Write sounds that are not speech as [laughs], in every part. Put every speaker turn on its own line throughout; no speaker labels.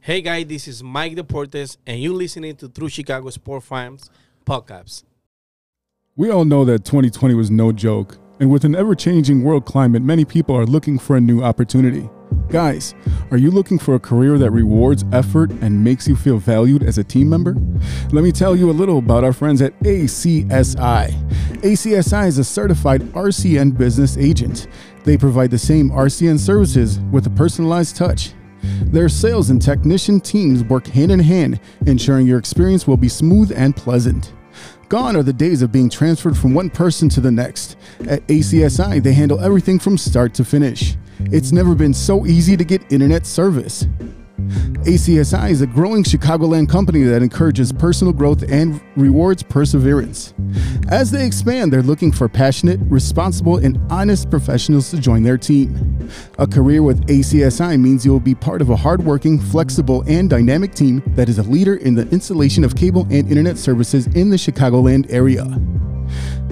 Hey guys, this is Mike Deportes, and you're listening to True Chicago Sport Farms podcast.
We all know that 2020 was no joke, and with an ever changing world climate, many people are looking for a new opportunity. Guys, are you looking for a career that rewards effort and makes you feel valued as a team member? Let me tell you a little about our friends at ACSI. ACSI is a certified RCN business agent. They provide the same RCN services with a personalized touch. Their sales and technician teams work hand in hand, ensuring your experience will be smooth and pleasant. Gone are the days of being transferred from one person to the next. At ACSI, they handle everything from start to finish. It's never been so easy to get internet service. ACSI is a growing Chicagoland company that encourages personal growth and rewards perseverance. As they expand, they're looking for passionate, responsible, and honest professionals to join their team. A career with ACSI means you'll be part of a hardworking, flexible, and dynamic team that is a leader in the installation of cable and internet services in the Chicagoland area.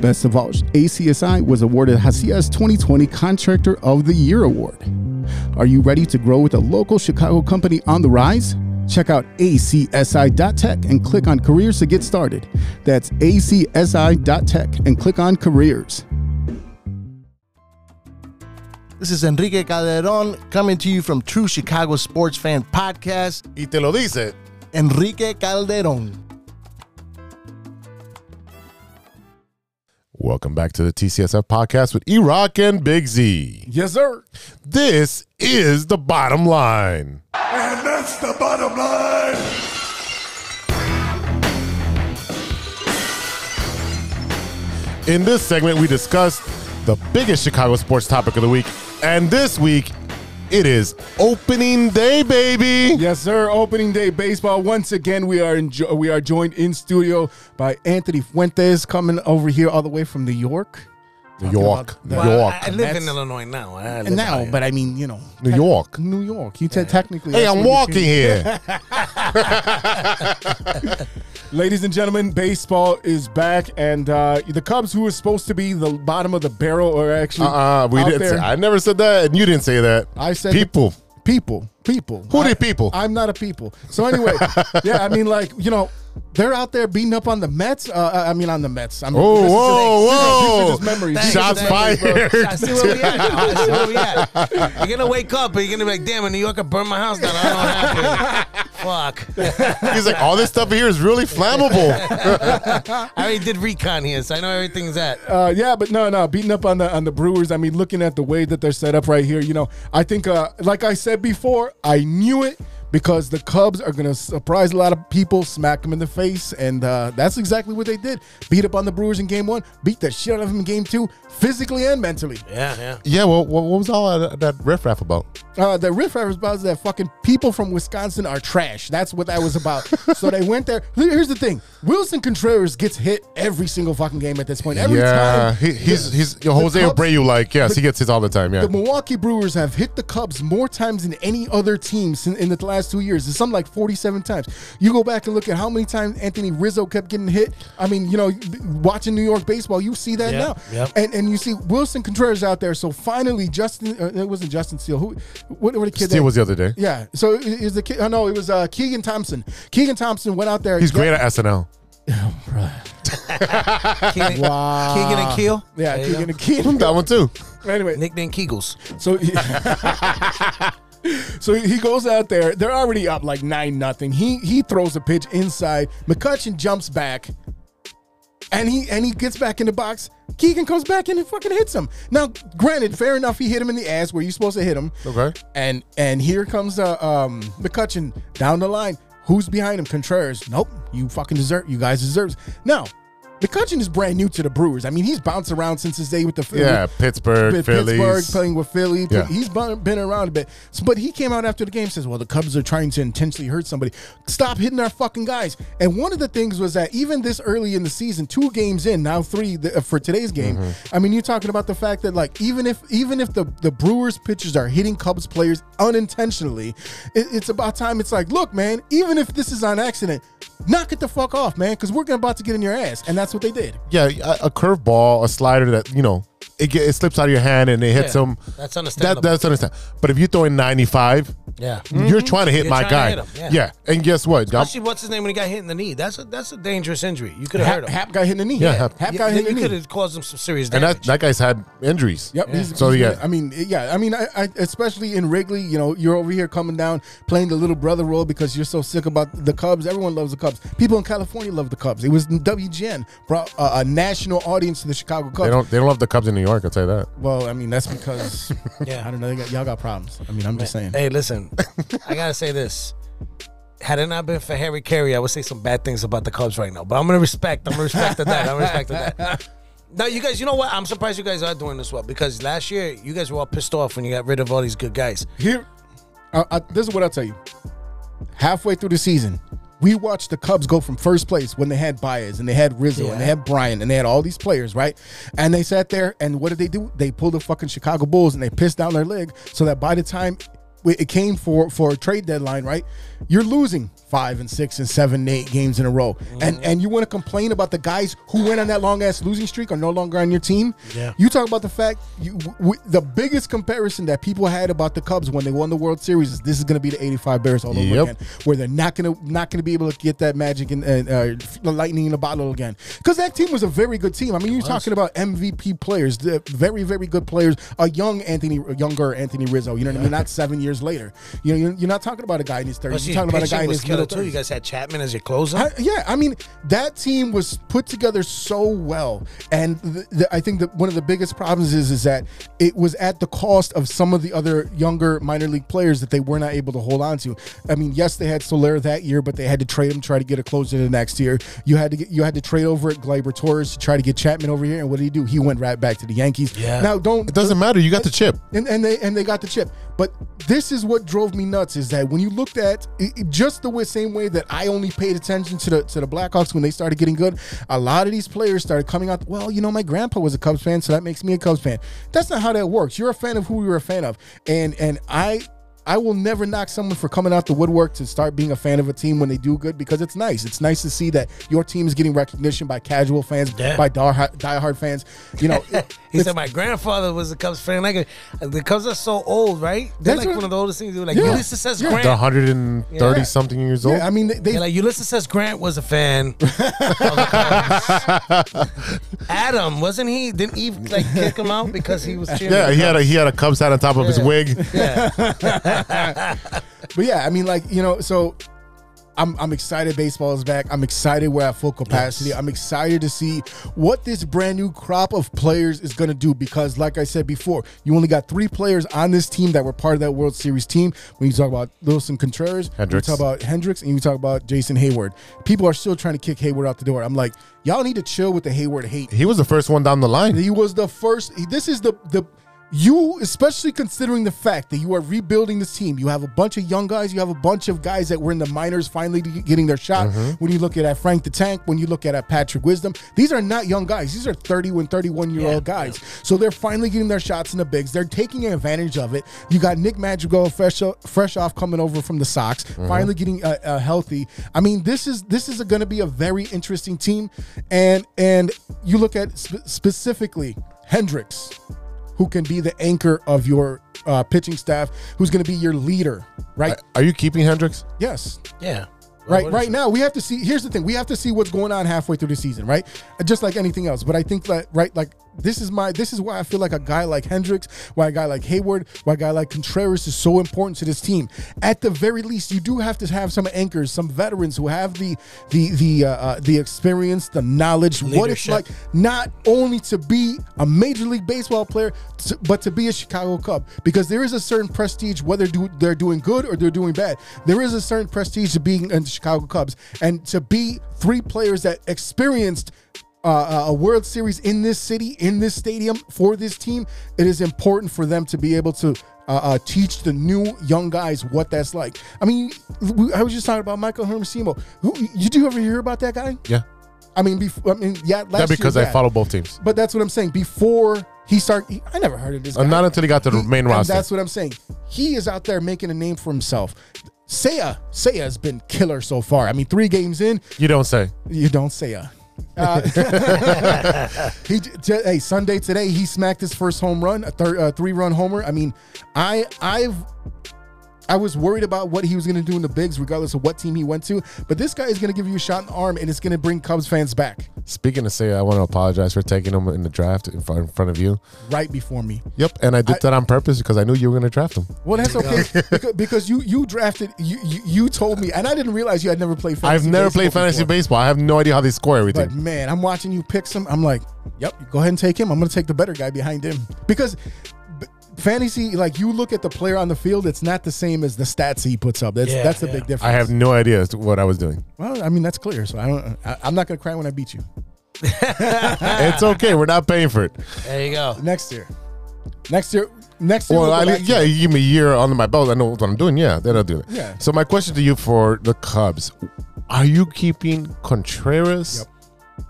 Best of all, ACSI was awarded Hacias 2020 Contractor of the Year Award. Are you ready to grow with a local Chicago company on the rise? Check out acsi.tech and click on careers to get started. That's acsi.tech and click on careers.
This is Enrique Calderon coming to you from True Chicago Sports Fan Podcast.
Y te lo dice.
Enrique Calderon.
Welcome back to the TCSF podcast with E Rock and Big Z.
Yes, sir.
This is the bottom line.
And that's the bottom line.
In this segment, we discussed the biggest Chicago sports topic of the week. And this week, it is opening day, baby.
Yes, sir. Opening day baseball. Once again, we are enjo- we are joined in studio by Anthony Fuentes coming over here all the way from New York.
New York. New
Well,
York.
I live in Illinois now. I live
And now,
out here.
but I mean, you know,
New York.
New York. You te- technically.
Hey,
that's
I'm
where you came-
walking
[laughs]
here.
Ladies and gentlemen, baseball is back, and uh, the Cubs, who were supposed to be the bottom of the barrel, are actually
Uh-uh, we
out
didn't say,
there.
I never said that, and you didn't say that.
I said
people.
people, people.
Who
I-
the people?
I'm not a people. So
[laughs]
anyway, yeah, I mean, like you know, they're out there beating up on the Mets. Uh, I- I mean, on the Mets. I'm,
Oh,
this is-
whoa,
these are-
whoa.
These are just memories. These are
Shots
just memories, bro.
fired.
I see where
[laughs]
we at. now. I see where we at. You're gonna wake up and you're gonna be like, "Damn, in New York, I burned my house down. I don't know Fuck.
He's like, all this stuff here is really flammable.
I already did recon here, so I know everything's at.
Uh, yeah, but no, no, beating up on the on the Brewers. I mean, looking at the way that they're set up right here, you know, I think, uh, like I said before, I knew it because the Cubs are going to surprise a lot of people, smack them in the face, and uh, that's exactly what they did. Beat up on the Brewers in Game One, beat the shit out of them in Game Two, physically and mentally.
Yeah, yeah.
yeah, well, what what was all that, that riffraff about?
Uh, the riff raff was about that fucking people from Wisconsin are trash. That's what that was
[laughs]
about. so they went there. Here's the thing: Wilson Contreras gets hit every single fucking game at this point. Every
yeah,
time,
he, he's he's yo,
The
Jose
Cubs-
Abreu. Like, yes, he gets his all the time. Yeah,
The Milwaukee Brewers have hit the Cubs more times than any other team sin- in the last two years. It's something like 47 times. You go back and look at how many times Anthony Rizzo kept getting hit. I mean, you know, b- watching New York baseball, you see that
Yeah,
now.
yeah.
And and you see Wilson Contreras out there. So finally, Justin, uh, it wasn't Justin Steele. Who, what, what a kid.
Steve
that-
was the other day.
yeah. So it it was the kid. Oh, no, it was uh, Keegan Thompson. Keegan Thompson went out there.
He's great at SNL.
Keegan,
Wow.
Keegan and Keel.
Yeah,
There you
Keegan
go.
and Keegan.
That one too.
Anyway,
Nickname Kegels.
So he, [laughs] so he goes out there. They're already up like nine nothing. He he throws a pitch inside. McCutcheon jumps back, and he and he gets back in the box. Keegan comes back in and fucking hits him. Now, granted, fair enough, he hit him in the ass where you're supposed to hit him.
Okay.
And and here comes uh, um, McCutcheon down the line. Who's behind him? Contreras. Nope. You fucking deserve. You guys deserve. Now, McCutcheon is brand new to the Brewers. I mean, he's bounced around since his day with the
Yeah, Pittsburgh,
with
Phillies.
Pittsburgh playing with Philly.
Yeah.
He's been been around a bit. So- but he came out after the game says, "Well, the Cubs are trying to intentionally hurt somebody. Stop hitting our fucking guys." And one of the things was that even this early in the season, two games in, now three the, uh, for today's game.
Mm-hmm.
I mean, you're talking about the fact that like even if even if the the Brewers pitchers are hitting Cubs players unintentionally, it- it's about time. It's like, look, man, even if this is on accident. Knock it the fuck off, man, because we're gonna about to get in your ass, and that's what they did.
Yeah, a, a curveball, a slider that you know it, get, it slips out of your hand and it hits
Yeah,
him.
that's
That,
understandable.
that's understandable. But if you throw in 95,
Yeah.
you're trying to hit
You're
my guy.
trying to hit
yeah.
him, yeah.
And guess what? I'm-
Actually, what's his name when he got hit in the knee? That's a that's a dangerous injury. You could have hurt
Hap,
him.
Hap got hit in the knee.
Yeah, Hap.
Hap
You-
got hit
you
in the
could
knee.
have caused him some serious
and
damage.
that, that guy's had injuries.
Yep. He's,
So,
he's
yeah.
good. I mean, yeah. I mean, I, I, especially in Wrigley, you know, you're over here coming down playing the little brother role because you're so sick about the Cubs. Everyone loves the Cubs. People in California love the Cubs. It was WGN brought a, a national audience to the Chicago Cubs.
They don't they don't love the Cubs in New York, I'll tell you that.
well, I mean, that's because
[laughs] Yeah.
I don't know. They got, y'all got problems. I mean, I'm just saying.
Hey, listen, I gotta say this. Had it not been for Harry Carey, I would say some bad things about the Cubs right now. But I'm gonna respect. I'm gonna respect that. I'm gonna respect
[laughs]
that. Now, you guys, you know what? I'm surprised you guys are doing this well because last year you guys were all pissed off when you got rid of all these good guys.
Here, I, I, this is what I'll tell you. Halfway through the season, we watched the Cubs go from first place when they had Baez and they had Rizzo and they had Bryan and they had all these players, right? And they sat there and what did they do? They pulled the fucking Chicago Bulls and they pissed down their leg so that by the time it came for for a trade deadline, right? You're losing five and six and seven and eight games in a row, and and you want to complain about the guys who went on that long ass losing streak are no longer on your team.
Yeah.
You talk about the fact you w- the biggest comparison that people had about the Cubs when they won the World Series is this is going to be the '85 Bears all over
Yep.
again, where they're not going to not going to be able to get that magic and and, uh, the lightning in the bottle again because that team was a very good team. I mean, you're talking about MVP players, the very very good players, a young Anthony, younger Anthony Rizzo. You know what I mean? Not seven years later. You know, you're, you're not talking about a guy in his
Plus,
thirties. You're
your
talking about a
pitching
guy in
was
his
killer
middle
too. You
thirties.
guys had Chapman as your closer.
I, yeah, I mean that team was put together so well, and the, the, I think that one of the biggest problems is is that it was at the cost of some of the other younger minor league players that they were not able to hold on to. I mean, yes, they had Soler that year, but they had to trade him, try to get a closer the next year. You had to get you had to trade over at Gleyber Torres to try to get Chapman over here, and what did he do? He went right back to the Yankees.
Yeah.
Now don't
It doesn't matter, you got the chip.
and, and they and they got the chip. But this is what drove me nuts is that when you looked at it, it- just the way, same way that I only paid attention to the to the Blackhawks when they started getting good, a lot of these players started coming out. Well, you know, my grandpa was a Cubs fan, so that makes me a Cubs fan. That's not how that works. You're a fan of who you're a fan of, and and I. I will never knock someone for coming out the woodwork to start being a fan of a team when they do good because it's nice. It's nice to see that your team is getting recognition by casual fans,
Yeah.
by die- diehard fans. You know,
[laughs] He said my grandfather was a Cubs fan. Like uh, the Cubs are so old, right? They're
That's
like
right.
one of the oldest things. Like
Yeah.
Ulysses says
Yeah.
Grant.
They're 130
Yeah.
something years old.
yeah, I mean, they, they
Yeah, like Ulysses S. Grant was a fan. of the
[laughs]
Cubs. Adam wasn't he? Didn't Eve like kick him out because he was cheering?
yeah,
the
he had a he had a Cubs hat on top of his
[laughs]
Yeah.
wig.
Cubs? yeah.
But yeah, I mean, like you know, so I'm I'm excited. Baseball is back. I'm excited. We're at full capacity. I'm excited to see what this brand new crop of players is going to do because, like I said before, you only got three players on this team that were part of that World Series team. When you talk about Wilson Contreras,
Hendricks.
you talk about Hendricks, and you talk about Jason Hayward. People are still trying to kick Hayward out the door. I'm like, y'all need to chill with the Hayward hate.
He was the first one down the line.
He was the first. he- This is the the you, especially considering the fact that you are rebuilding this team. You have a bunch of young guys. You have a bunch of guys that were in the minors finally to- getting their shot. When you look at, at Frank the Tank, when you look at, at Patrick Wisdom, these are not young guys. These are 31, 31 year old guys. So they're finally getting their shots in the bigs. They're taking advantage of it. You got Nick Madrigal fresh o- fresh off coming over from the Sox, finally getting uh, uh, healthy. I mean, this is this is going to be a very interesting team, and and you look at sp- specifically Hendricks, who can be the anchor of your uh, pitching staff, who's going to be your leader, right?
Are you keeping Hendricks?
yes.
Yeah.
Right,
What is
right now we have to see. Here's the thing: we have to see what's going on halfway through the season, right? Just like anything else. But I think that right, like this is my, this is why I feel like a guy like Hendricks, why a guy like Hayward, why a guy like Contreras is so important to this team. At the very least, you do have to have some anchors, some veterans who have the the the uh, uh, the experience, the knowledge, what it's
Leadership.
like not only to be a major league baseball player, t- but to be a Chicago Cub because there is a certain prestige whether do, they're doing good or they're doing bad. There is a certain prestige to being in the Chicago Cubs and to be three players that experienced. Uh, a World Series in this city, in this stadium, for this team, it is important for them to be able to uh, uh, teach the new young guys what that's like. I mean, we- I was just talking about Michael Hermosimo. Who you do ever hear about that guy?
Yeah.
I mean, before I mean, yeah, last
That because
year,
I
yeah.
follow both teams.
But that's what I'm saying. Before he start, he- I never heard of this.
Uh,
guy.
not until he got to the
He-
main
and
roster.
That's what I'm saying. He is out there making a name for himself. Saya, Saya has been killer so far. I mean, three games in,
You don't say.
you don't Saya. [laughs] He j- j- hey Sunday today he smacked his first home run, a thir- uh, three run homer. I mean, I I've I was worried about what he was going to do in the bigs, regardless of what team he went to. But this guy is going to give you a shot in the arm, and it's going to bring Cubs fans back
Speaking of say, I want to apologize for taking him in the draft in front, in front of you.
right before me.
Yep, and I did that on purpose because I knew you were going to draft him.
Well, that's
[laughs]
okay because, because you you drafted you, you you told me, and I didn't realize you had never played.
I've
Fantasy
never
baseball
played fantasy
before.
baseball. I have no idea how they score everything.
But man, I'm watching you pick some. I'm like, yep, go ahead and take him. I'm going to take the better guy behind him because b- fantasy, like you look at the player on the field, it's not the same as the stats he puts up. That's
Yeah,
that's the
yeah.
big difference.
I have no idea as to what I was
[laughs]
doing.
Well, I mean that's clear. So I don't. I, I'm not going to cry when I beat you
it's okay. We're not paying for it.
There you go.
next year. Next year. Next year.
Well,
we'll
I,
go back to
yeah, you give me a year under my belt. I know what I'm doing. Yeah, then I'll do it.
Yeah.
So my question to you for the Cubs: Are you keeping Contreras?
Yep.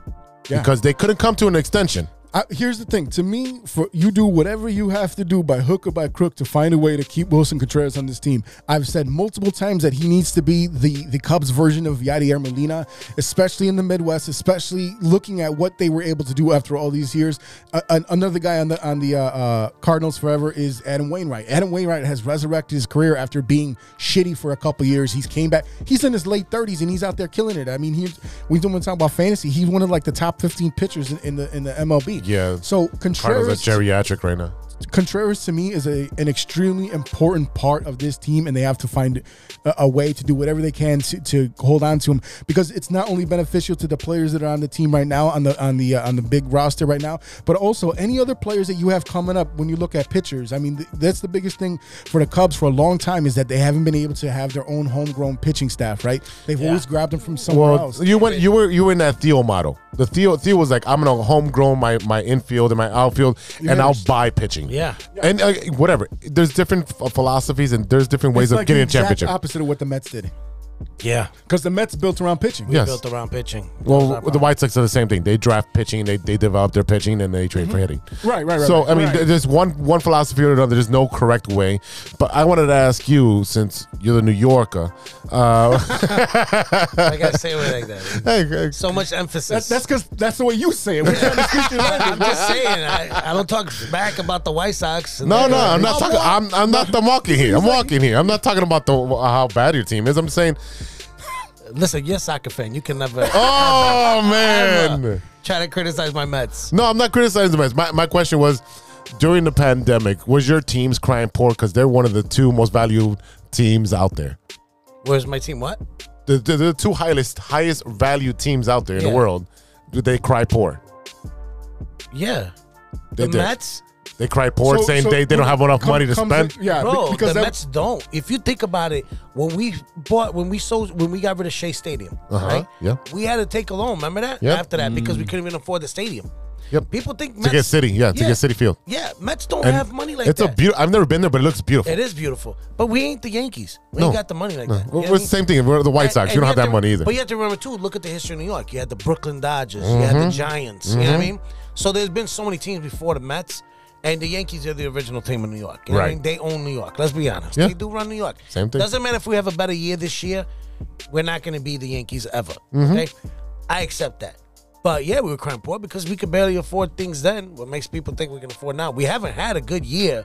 Yeah.
Because they couldn't come to an extension.
I, here's the thing. To me, for you do whatever you have to do by hook or by crook to find a way to keep Wilson Contreras on this team. I've said multiple times that he needs to be the the Cubs version of Yadier Molina, especially in the Midwest, especially looking at what they were able to do after all these years. Uh, an- another guy on the on the uh, uh, Cardinals forever is Adam Wainwright. Adam Wainwright has resurrected his career after being shitty for a couple years. He's came back. He's in his late 30s and he's out there killing it. I mean, he's we don't want to talk about fantasy. He's one of like the top 15 pitchers in, in the in the MLB.
Yeah.
So
Cardinals are
Contreras,
geriatric right now.
Contreras to me is a, an extremely important part of this team, and they have to find a, a way to do whatever they can to, to hold on to him because it's not only beneficial to the players that are on the team right now on the on the uh, on the big roster right now, but also any other players that you have coming up. When you look at pitchers, I mean th- that's the biggest thing for the Cubs for a long time is that they haven't been able to have their own homegrown pitching staff. Right? They've always grabbed them from somewhere
Well,
else.
you went, you were, you were in that Theo model. The Theo, Theo was like, I'm gonna homegrown my my infield and my outfield, and I'll buy pitching.
Yeah.
and uh, whatever. There's different ph- philosophies and there's different ways
It's
of
like the
getting a
exact
championship.
Opposite of what the Mets did
Yeah.
because the Mets built around pitching.
Yes.
Built around pitching. That was our
Well, the
problem.
White Sox are the same thing. They draft pitching, they, they develop their pitching, and they trade for hitting.
Right, right, right,
So
right,
I mean,
right.
th- there's one one philosophy or another. There's no correct way. But I wanted to ask you, since you're the New Yorker, uh,
I gotta say it like that.
[laughs] hey, hey,
So much emphasis.
That, that's because that's the way you say it. We're trying to speak your
I'm
language.
just saying. I, I don't talk back about the White Sox.
[laughs]
and
no,
they-
no, I'm [laughs] not talking. I'm I'm not the walking here. I'm walking here. I'm not talking about the uh, how bad your team is. I'm saying,
Listen, you're a soccer fan. You can never
[laughs] oh man.
try to criticize my Mets.
No, I'm not criticizing the Mets. My, my question was during the pandemic, was your teams crying poor because they're one of the two most valued teams out there?
Where's my team? What?
the, the, the two highest highest value teams out there in
Yeah.
the world, they cry poor.
Yeah.
They
the
did.
Mets?
They cry poor.
So-
same
so
day they don't have enough
come-
money to
comes
spend.
in- yeah, be-
Bro,
because
the
that,
Mets don't. If you think about it, when we bought, when we sold, when we got rid of Shea Stadium,
Uh-huh,
right?
yeah.
We had to take a loan. Remember that?
Yep. Mm.
After that, because we couldn't even afford the stadium.
Yep.
People think Mets,
to get City, yeah, to
Yeah.
get City Field.
Yeah, Mets don't
And
have money like
it's
that.
a beautiful. I've never been there, but it looks beautiful.
It is beautiful, but we ain't the Yankees. We
No.
ain't got the money like that. You know
Well,
what I
it's
mean?
the same thing. We're the White
And-
Sox.
and
You don't have
have
that
to-
money either.
But you have to remember too. Look at the history of New York. You had the Brooklyn Dodgers. You
Mm-hmm.
had the Giants. You know what I mean? So there's been so many teams before the Mets. And the Yankees are the original team in New York. You know what I
Right.
mean? They own New York. Let's be honest.
Yeah.
They do run New York.
Same thing.
Doesn't matter if we have a better year this year. We're not going to be the Yankees ever.
Mm-hmm.
Okay, I accept that. But yeah, we were crying poor because we could barely afford things then. What makes people think we can afford now? We haven't had a good year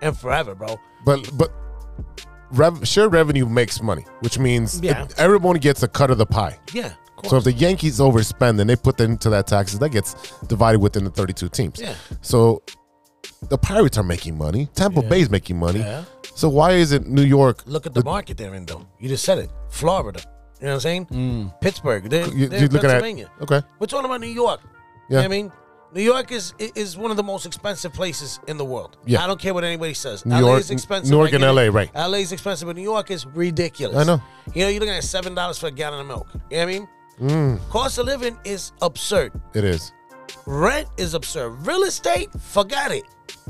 in forever, bro.
But but rev, shared revenue makes money, which means
Yeah.
it- everyone gets a cut of the pie.
Yeah. of course.
So if the Yankees overspend and they put them into that taxes, that gets divided within the 32 teams.
Yeah.
So the Pirates are making money. Tampa Bay's making money.
Yeah.
So why isn't New York?
Look at the market they're in, though. You just said it. Florida. You know what I'm saying? Pittsburgh. They're,
Mm. You,
they're
you're looking at
Pennsylvania.
okay.
We're talking about New York. You know
Yeah.
what I mean? New York is i- is one of the most expensive places in the world.
Yeah.
I don't care what anybody says.
New
LA
York-
is expensive.
New York
I get
and
it.
LA, right.
LA is expensive, but New York is ridiculous.
I know.
You know, you're looking at seven dollars for a gallon of milk. You know what I mean?
Mm.
Cost of living is absurd.
It is.
Rent is absurd. Real estate, forgot it.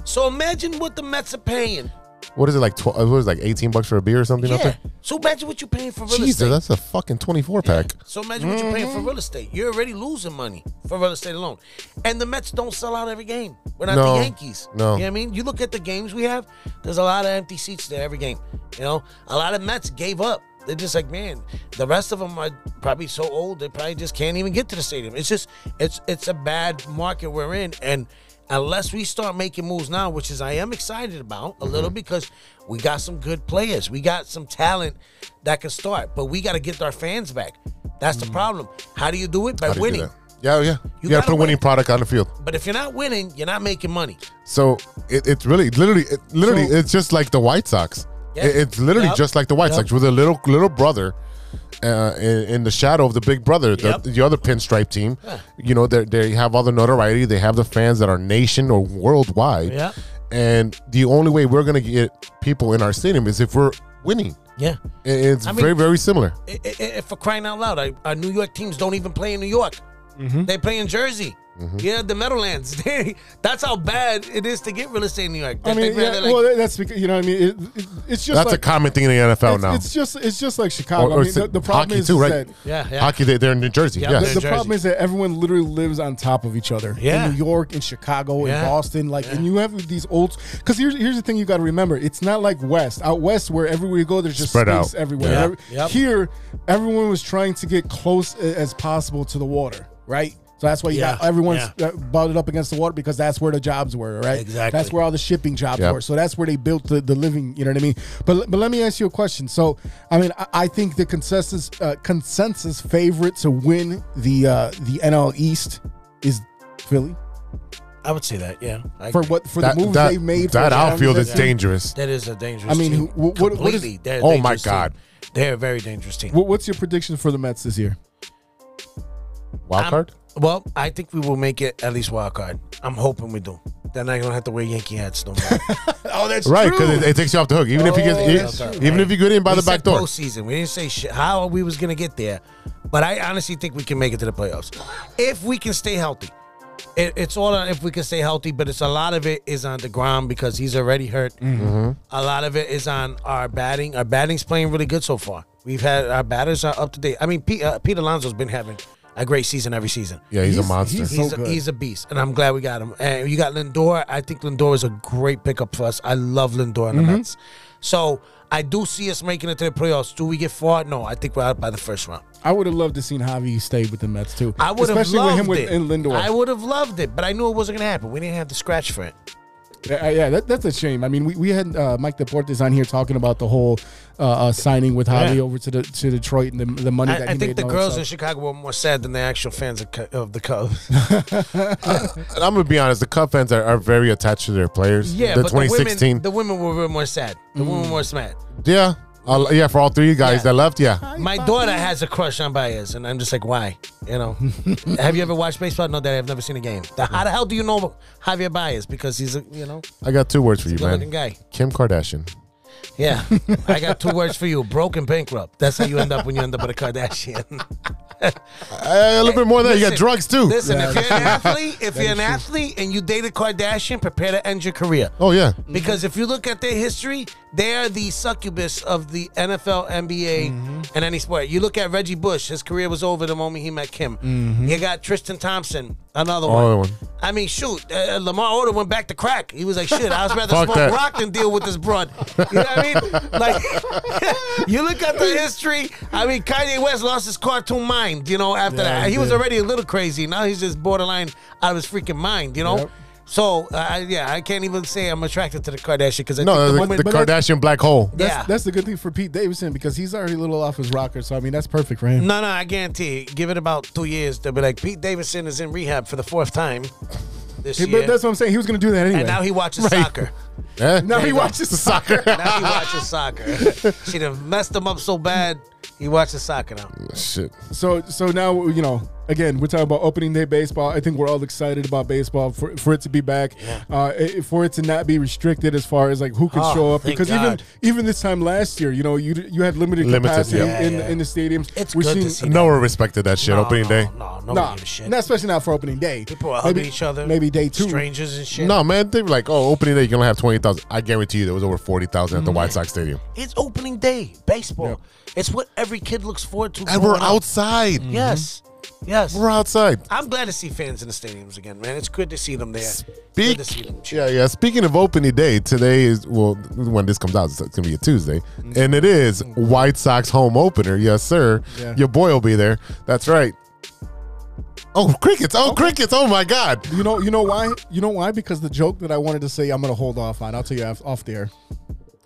So imagine what the Mets are paying.
What is it like? Tw- what is it, like 18 bucks for a beer or something? out
yeah.
there?
So imagine what you're paying for real
Jesus,
estate.
that's a fucking 24 pack.
So imagine what you're
Mm-hmm.
paying for real estate. You're already losing money for real estate alone. And the Mets don't sell out every game. We're not
No.
the Yankees.
No.
You know what I mean? You look at the games we have, there's a lot of empty seats there every game. You know, a lot of Mets gave up. they're just like, man, the rest of them are probably so old they probably just can't even get to the stadium. It's just it's it's a bad market we're in, and unless we start making moves now, which is I am excited about a
Mm-hmm.
little because we got some good players, we got some talent that can start, but we got to get our fans back. That's the problem. How do you do it by
Mm-hmm. How do you do
winning?
that? Yeah, yeah. You, gotta,
gotta
put a winning
win.
product on the field.
But if you're not winning, you're not making money.
So it, it's really, literally, it, literally, it's just like the White Sox.
Yeah.
It- it's literally
Yep.
just like the White
Yep.
Sox with a little little brother uh, in, in the shadow of the big brother, the,
Yep.
the other pinstripe team. You know, they they have all the notoriety. They have the fans that are nation or worldwide.
Yep.
And the only way we're gonna get people in our stadium is if we're winning.
Yeah.
It- It's
I mean-
very very similar.
I- I- I- for crying out loud, our- our New York teams don't even play in New York.
Mm-hmm.
They play in Jersey. Yeah, the Meadowlands. [laughs] They- That's how bad it is to get real estate in New York.
I
They
mean,
think
yeah,
they're like-
well, that's because you know, what I mean, it, it, it's just
That's
like,
a common thing in the NFL
it's,
now.
it's just it's just like Chicago. I mean,
it's
the, the problem
hockey
is
too,
is
right?
that
Yeah, yeah.
Hockey, they, they're in New Jersey.
Yeah,
yes.
they're
the, the
Jersey.
problem is that everyone literally lives on top of each other.
Yeah.
In New York, in Chicago,
Yeah.
in Boston, like, and you have these old. Because here's here's the thing you got to remember: it's not like West out West where everywhere you go, there's just
Spread
space
out.
everywhere.
Yeah.
Every-
Yep.
Here, everyone was trying to get close a- as possible to the water, right? So that's why you got
Yeah.
everyone's
Yeah.
uh, butted up against the water because that's where the jobs were, right?
Exactly.
That's where all the shipping jobs
Yep.
were. So that's where they built the, the living. You know what I mean? But but let me ask you a question. So I mean, I, I think the consensus uh, consensus favorite to win the uh, the NL East is Philly
I would say that, yeah. I
for
agree.
what for
That-
the moves
that-
they've made. for
That
the
outfield
Giants,
is dangerous.
That is a dangerous
I mean,
team.
wh- what- what is-
Completely. They're a
Oh, my
dangerous team.
God.
They're a very dangerous team.
What, what's your prediction for the Mets this year?
Wild
I'm-
card?
Well, I think we will make it at least wild card. I'm hoping we do. Then I don't have to wear Yankee hats no more.
Oh, that's
Right, because it, it takes you off the hook. Even if you
Oh,
get,
that's
even if you get in by
we
the back
said
door,
Postseason. We didn't say shit how we was gonna get there, but I honestly think we can make it to the playoffs if we can stay healthy. It, it's all on if we can stay healthy, but it's a lot of it is on the ground because he's already hurt.
Mm-hmm.
A lot of it is on our batting. Our batting's playing really good so far. We've had our batters are up to date. I mean, Pete, uh, Pete Alonso's been having a great season every season.
yeah, he's, a
He's-
monster.
he's-
He's,
So
a,
good.
he's a beast, and I'm glad we got him. And you got Lindor. I think Lindor is a great pickup for us. I love Lindor and
Mm-hmm.
the Mets. So I do see us making it to the playoffs. Do we get far? No, I think we're out by the first round.
I would have loved to seen Javi stay with the Mets too.
I would have loved
especially with him
it.
with and Lindor.
I would have loved it, but I knew it wasn't going to happen. We didn't have the scratch for it.
Yeah, yeah that, that's a shame. I mean, we, we had uh, Mike Deportes on here talking about the whole uh, uh, signing with Javi
Yeah.
over to the to Detroit and the, the money that
I, I
he
think
made
the
and all
girls in
that stuff.
Chicago were more sad than the actual fans of, Cu- of
[laughs]
the Cubs.
And I'm gonna be honest. The Cub fans are, are very attached to their players.
yeah,
the
but
2016.
the women, the women were, were more sad. The women were
Mm.
more sad.
yeah, I'll- yeah. For all three guys
Yeah.
that left, yeah.
My daughter has a crush on Baez, and I'm just like, why? You know, [laughs] have you ever watched baseball? No, Dad, I've never seen a game. The- How the hell do you know Javier Baez? Because he's a, you know,
I got two words for you, man.
good-looking guy.
Kim Kardashian.
yeah. I got two words for you: broke and bankrupt. That's how you end up when you end up with a Kardashian.
Uh, a little bit [laughs] more than that. You got
Listen,
drugs too.
Listen, if
[laughs]
you're an athlete, if you're an athlete and you date a Kardashian, prepare to end your career.
Oh yeah.
Because if you look at their history, they are the succubus of the NFL, NBA,
Mm-hmm.
and any sport. You look at Reggie Bush; his career was over the moment he met Kim. You got Tristan Thompson, another one.
Mm-hmm. Another one.
I mean, shoot, uh, Lamar Odom went back to crack. He was like, "Shit, I was
[laughs]
rather
Fuck
smoke
that.
rock than deal with this broad." You know what I mean? Like, [laughs] you look at the history. I mean, Kanye West lost his cartoon mind. You know, after that, he,
he
was
did.
already a little crazy. Now he's just borderline out of his freaking mind. You know.
Yep.
So uh, I- yeah, I can't even say I'm attracted to the Kardashian because I
No,
think the
the,
woman,
the
but that's-
Kardashian black hole.
yeah,
That's, that's the good thing for Pete Davidson because he's already a little off his rocker. So I mean, that's perfect for him.
no, no, I guarantee. It. Give it about two years, they'll be like Pete Davidson is in rehab for the fourth time this
Hey,
year,
But that's what I'm saying. He was going to do that anyway.
and now he watches soccer.
Eh?
[laughs] Now he
you go.
watches the
[laughs]
soccer.
Now he watches soccer. She done messed him up so bad. He watches soccer now.
Shit.
So so now you know. Again, we're talking about opening day baseball. I think we're all excited about baseball for, for it to be back, uh, it- for it to not be restricted as far as like who can
Oh,
show up.
thank
Because
God.
even even this time last year, you know, you you had limited,
Limited,
capacity
yeah.
in,
Yeah, yeah.
in the stadiums.
It's
We're
good to
seeing-
see.
No one respected that shit.
No,
opening
no,
day.
No,
Nah,
no, nah, give a shit.
not especially not for opening day.
People are
Maybe-
hugging each other.
Maybe day two.
Strangers and shit.
No, man. They were like, oh, opening day, you're gonna have twenty thousand. I guarantee you, there was over forty thousand
Mm.
at the White Sox Stadium.
It's opening day baseball. It's what every kid looks forward to.
And we're
growing up.
outside.
Yes. Yes.
We're outside.
I'm glad to see fans in the stadiums again, man. It's good to see them there.
Speak-
Good to see them.
Yeah, yeah. Speaking of opening day, today is well when this comes out, it's gonna be a Tuesday, and it is White Sox home opener. Yes, sir.
Yeah.
Your boy will be there. That's right. Oh, crickets! Oh, crickets! Oh my God!
You know, you know why? You know why? Because the joke that I wanted to say, I'm gonna hold off on. I'll tell you af- off the air.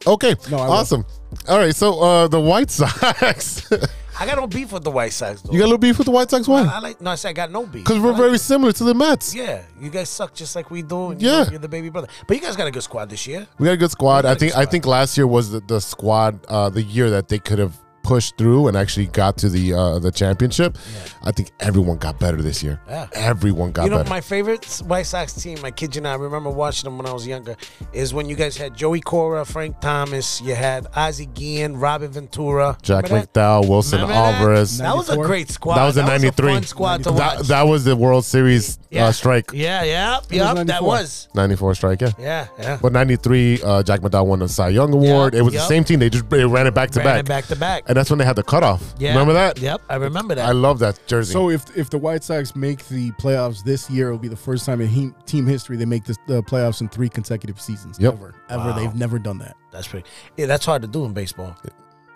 Okay,
No, I will.
awesome. All right, so uh the White [laughs] Sox. you
I got no beef with the White Sox though.
got a little beef with the White Sox?
I
Why?
like. No, I said I got no beef.
Because
Uh, I
we're
like-
very similar to the Mets.
Yeah, you guys suck just like we do. And
Yeah.
yeah, you're the baby brother. But you guys got a good squad this year.
We got a good squad.
We got
I
a good
think I think last year was the, the squad uh, the year that they could have pushed through and actually got to the uh, the championship. I think everyone got better this year.
Yeah.
Everyone got
you know,
better.
my favorite White Sox team, I kid you not, I remember watching them when I was younger, is when you guys had Joey Cora, Frank Thomas, you had Ozzie Guillen, Robin Ventura.
Jack
Remember that?
McDowell, Wilson
Remember that?
Alvarez.
That was a
94?
great squad.
That was in '93.
fun squad to watch.
That, that was the World Series
yeah.
uh, strike.
Yeah, yeah, yeah. That
94.
was.
94 strike, yeah.
Yeah, yeah.
But 93, uh, Jack McDowell won the Cy Young Award.
Yep,
it was the
yep.
same team. They just they ran it back to
Ran
back.
it back to back.
And that's when they had the cutoff.
yeah.
Remember that?
Yep, I remember that.
I love that jersey.
So if if the White Sox make the playoffs this year, it'll be the first time in he, team history they make this, the playoffs in three consecutive seasons.
Yep.
Ever, ever. They've never done that.
That's pretty. Yeah, that's hard to do in baseball.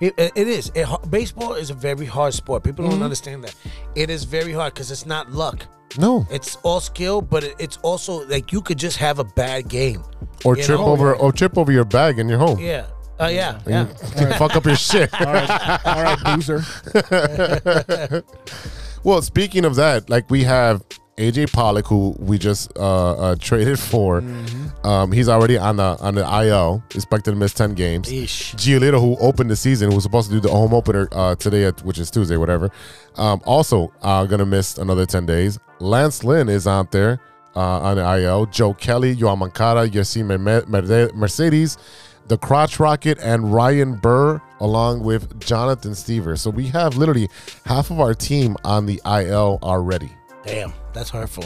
It, it- it is. It, baseball is a very hard sport. People don't understand that. It is very hard because it's not luck.
no.
It's all skill, but it, it's also like you could just have a bad game.
Or
you
trip
know?
over or trip over your bag and you're home.
Yeah. Oh yeah. Yeah.
And you fuck
[laughs]
up your shit.
All right, all right, [laughs] boozer.
Well, speaking of that, like we have AJ Pollock, who we just uh, uh, traded for.
Mm-hmm.
Um, he's already on the on the IL, expected to miss ten games.
Ish.
Giolito, who opened the season, who was supposed to do the home opener uh, today, at, which is Tuesday, whatever, um, also uh, gonna miss another ten days. Lance Lynn is out there uh, on the IL. Joe Kelly, Yoan Mankata, Yasime Mer- Mer- Mercedes, the Crotch Rocket, and Ryan Burr, along with Jonathan Stever. So we have literally half of our team on the IL already.
Damn, that's hurtful.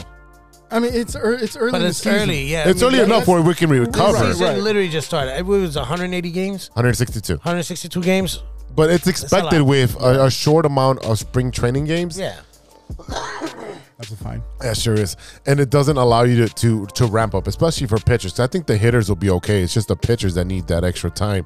I mean, it's ear- it's early.
But
in the
it's
season.
early. Yeah.
It's early
yeah,
enough where we can recover.
The season
Right.
literally just started. It was 180 games,
162.
162 games.
But it's
a
expected
lot.
with a, a short amount of spring training games.
Yeah.
That's a fine.
Yeah, sure is, and it doesn't allow you to to, to ramp up, especially for pitchers. I think the hitters will be okay. It's just the pitchers that need that extra time.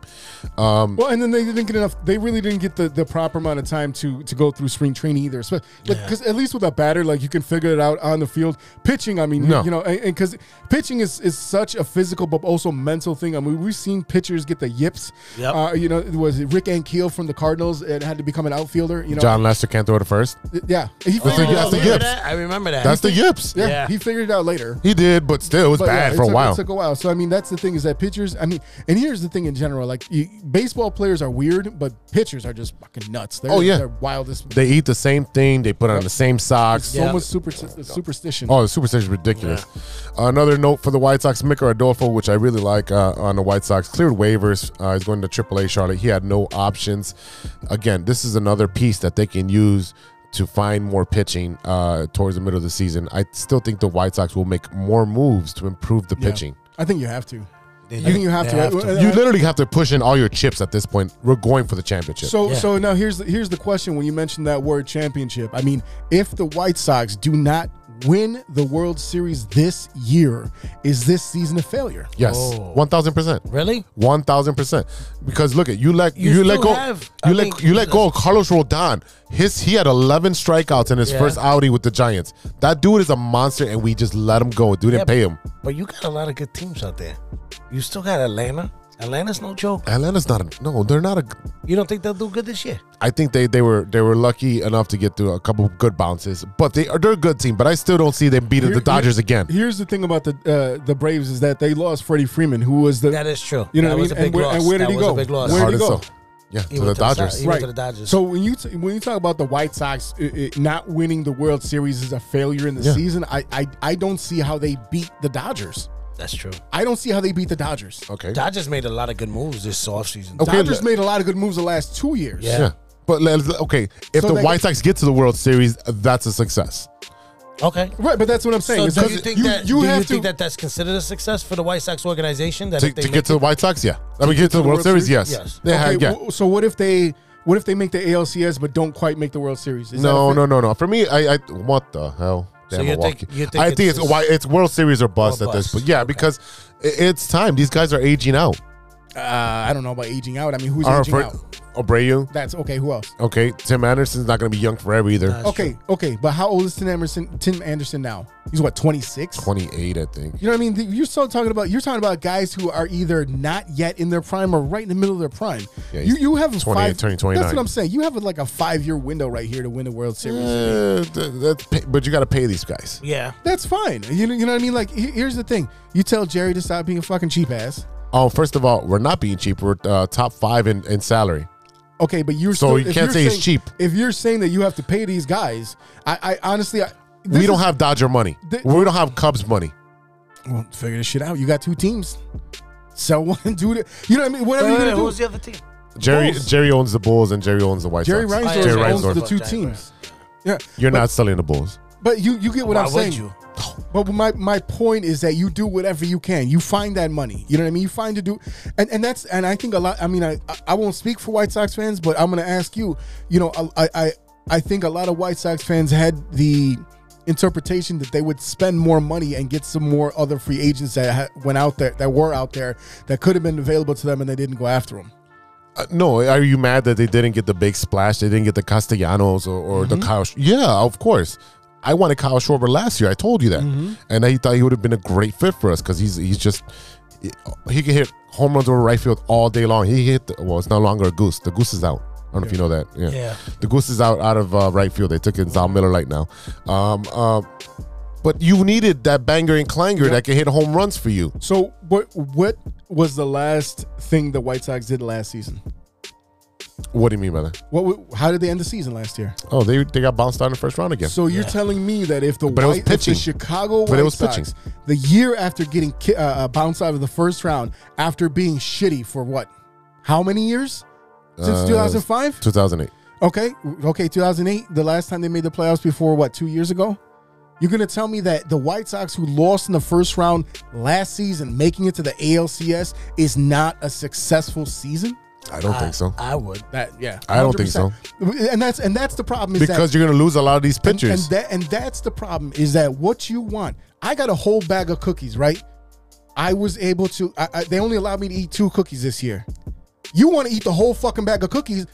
Um,
Well, and then they didn't get enough. They really didn't get the, the proper amount of time to to go through spring training either. So, like, because at least with a batter, like you can figure it out on the field. Pitching, I mean,
No.
you know, and because pitching is is such a physical but also mental thing. I mean, we've seen pitchers get the yips.
Yep.
Uh, you know, it was Rick Ankiel from the Cardinals and had to become an outfielder. You know,
John Lester can't throw to first.
yeah, he
That's the,
figured it
that's
out
the
later.
Oh, Remember
yips.
that? I remember that.
That's the yips.
Yeah,
Yeah.
he figured it out later.
He did, but still, it was
But yeah,
bad
it
for a
took-
while.
It took a while. So I mean, that's the thing is that pitchers. I mean, and here's the thing in general: like you, baseball players are weird, but pitchers are just fucking nuts. They're,
Oh, yeah.
they're wildest.
they eat the same thing. They put on the same socks.
so much super, uh, superstition.
Oh, the superstition is ridiculous. Another note for the White Sox, Micker Adolfo, which I really like uh, on the White Sox, cleared waivers. Uh, he's going to AAA Charlotte. He had no options. Again, this is another piece that they can use to find more pitching uh, towards the middle of the season. I still think the White Sox will make more moves to improve the
Yeah.
pitching.
I think you have to. I think you have
they
to.
have to.
Uh,
You literally have to push in all your chips at this point. We're going for the championship.
So so now here's the, here's the question. When you mentioned that word championship, I mean, if the White Sox do not win the World Series this year, is this season a failure?
yes, one thousand percent.
Oh. Really?
One thousand percent. Because look at you let you,
You
let go
still have-
you
I
let
think-
you let go of Carlos Rodon. His he had eleven strikeouts in his
Yeah.
first outing with the Giants. That dude is a monster, and we just let him go. Dude didn't
Yeah,
pay him.
But you got a lot of good teams out there. You still got Atlanta. Atlanta's no joke.
Atlanta's not a no. They're not a.
You don't think they'll do good this year?
I think they they were they were lucky enough to get through a couple good bounces, but they are they're a good team. But I still don't see them beating
Here-
the Dodgers again.
Here's the thing about the uh, the Braves is that they lost Freddie Freeman, who was the
That is true.
You know
that
what I
was
mean?
a big
And where-
loss.
and where did
that
he
was
go?
a big loss.
Where-
Hard
did he
as
go?
hell. Yeah, to
went
the
to the Sox.
Dodgers.
He went to the Dodgers.
So when you t- when you talk about the White Sox uh, uh, not winning the World Series is a failure in the
Yeah.
season, I, I I don't see how they beat the Dodgers.
That's true.
I don't see how they beat the Dodgers.
Okay.
Dodgers made a lot of good moves this offseason.
Okay.
Dodgers
le-
made a lot of good moves the last two years.
Yeah.
yeah. But let's, okay, if
So
the
they-
White Sox get to the World Series, that's a success.
Okay.
Right, but that's what I'm saying.
So
is
do
because
you think that do you think that that's considered a success for the White Sox organization? That
to,
if they
to
make
get to the White Sox, yeah. I mean, get to the World, Series, yes.
Yes.
They had,
okay,
yeah.
w- so what if they What if they make the ALCS but don't quite make the World Series? Is that
No,
a
no, no, no. For me, I, I what the hell?
So
Damn,
you
Milwaukee.
think- you think
I think
it's
it's
just-
why it's World Series or bust
Or
at this
bust.
point. Yeah, because i- it's time. These guys are aging out.
thing? Uh, I don't know about aging out. I mean, who's
Our
aging
fir-
out?
Abreu.
That's okay. Who else?
Okay, Tim Anderson's not going to be young forever either.
Nah,
okay, okay. But how old is Tim Anderson? Tim Anderson now? He's what twenty six.
28, I think.
You know what I mean? Th- You're still talking about you're talking about guys who are either not yet in their prime or right in the middle of their prime.
Yeah,
you
he's
you have a
28,
five.
turning
That's
29.
what I'm saying. You have like a five year window right here to win the World Series.
Uh, th- that's pay- but you got to pay these guys.
Yeah.
That's fine. You know, you know what I mean? Like he- here's the thing: you tell Jerry to stop being a fucking cheap ass.
Oh, first of all, we're not being cheap. We're uh, top five in, in salary.
Okay, but you're
So
still,
you
if
can't
you're
say
saying,
he's cheap.
If you're saying that you have to pay these guys, I, I honestly, I, this
we don't
is-
have Dodger money.
Thi-
we don't have Cubs money.
Well, figure this shit out. You got two teams. Sell one, [laughs] do it. You know what I mean? Whatever
Wait,
you're
wait,
gonna do.
uh, who's the other team?
Jerry
Bulls.
Jerry owns the Bulls and Jerry owns the White
Jerry
Sox.
Reinsdorf
Reinsdorf
Jerry
owns the
Reinsdorf.
two
Jack
teams. Yeah,
You're not selling the Bulls.
but you you get what
Why
I'm saying.
would you?
[sighs] But my my point is that you do whatever you can. You find that money. You know what I mean. You find to do, and and that's and I think a lot. I mean, I I won't speak for White Sox fans, but I'm gonna ask you. You know, I I I think a lot of White Sox fans had the interpretation that they would spend more money and get some more other free agents that ha- went out there that were out there that could have been available to them and they didn't go after them.
Uh, no, are you mad that they didn't get the big splash? They didn't get the Castellanos or, or the Kyle. Sch- Yeah, of course. I wanted Kyle Schwarber last year. I told you that, and I thought he would have been a great fit for us because he's he's just he- he can hit home runs over right field all day long. He hit the, well, it's no longer a goose. The goose is out. I don't know if you know that. Yeah,
Yeah.
the goose is out out of uh, right field. They took in Zal Miller right now. Um, uh, but you needed that banger and clanger that can hit home runs for you.
So what what was the last thing the White Sox did last season?
What do you mean by that?
What w- how did they end the season last year?
Oh, they they got bounced out in the first round again.
So you're telling me that if the
But it was
White, if the
pitching.
Chicago
But
White
it was
Sox,
pitching.
the year after getting ki- uh, uh, bounced out of the first round after being shitty for what, how many years since
Uh,
2005?
2008.
Okay, okay, 2008, the last time they made the playoffs before what, two years ago? You're gonna tell me that the White Sox, who lost in the first round last season, making it to the ALCS is not a successful season?
I don't think so.
I would.
That yeah,
I don't think so.
100%. And that's and that's the problem is that
because you're going to lose a lot of these
And-
pitchers.
And, that and that's the problem is that what you want. I got a whole bag of cookies, right? I was able to. I, I, they only allowed me to eat two cookies this year. You want to eat the whole fucking bag of cookies?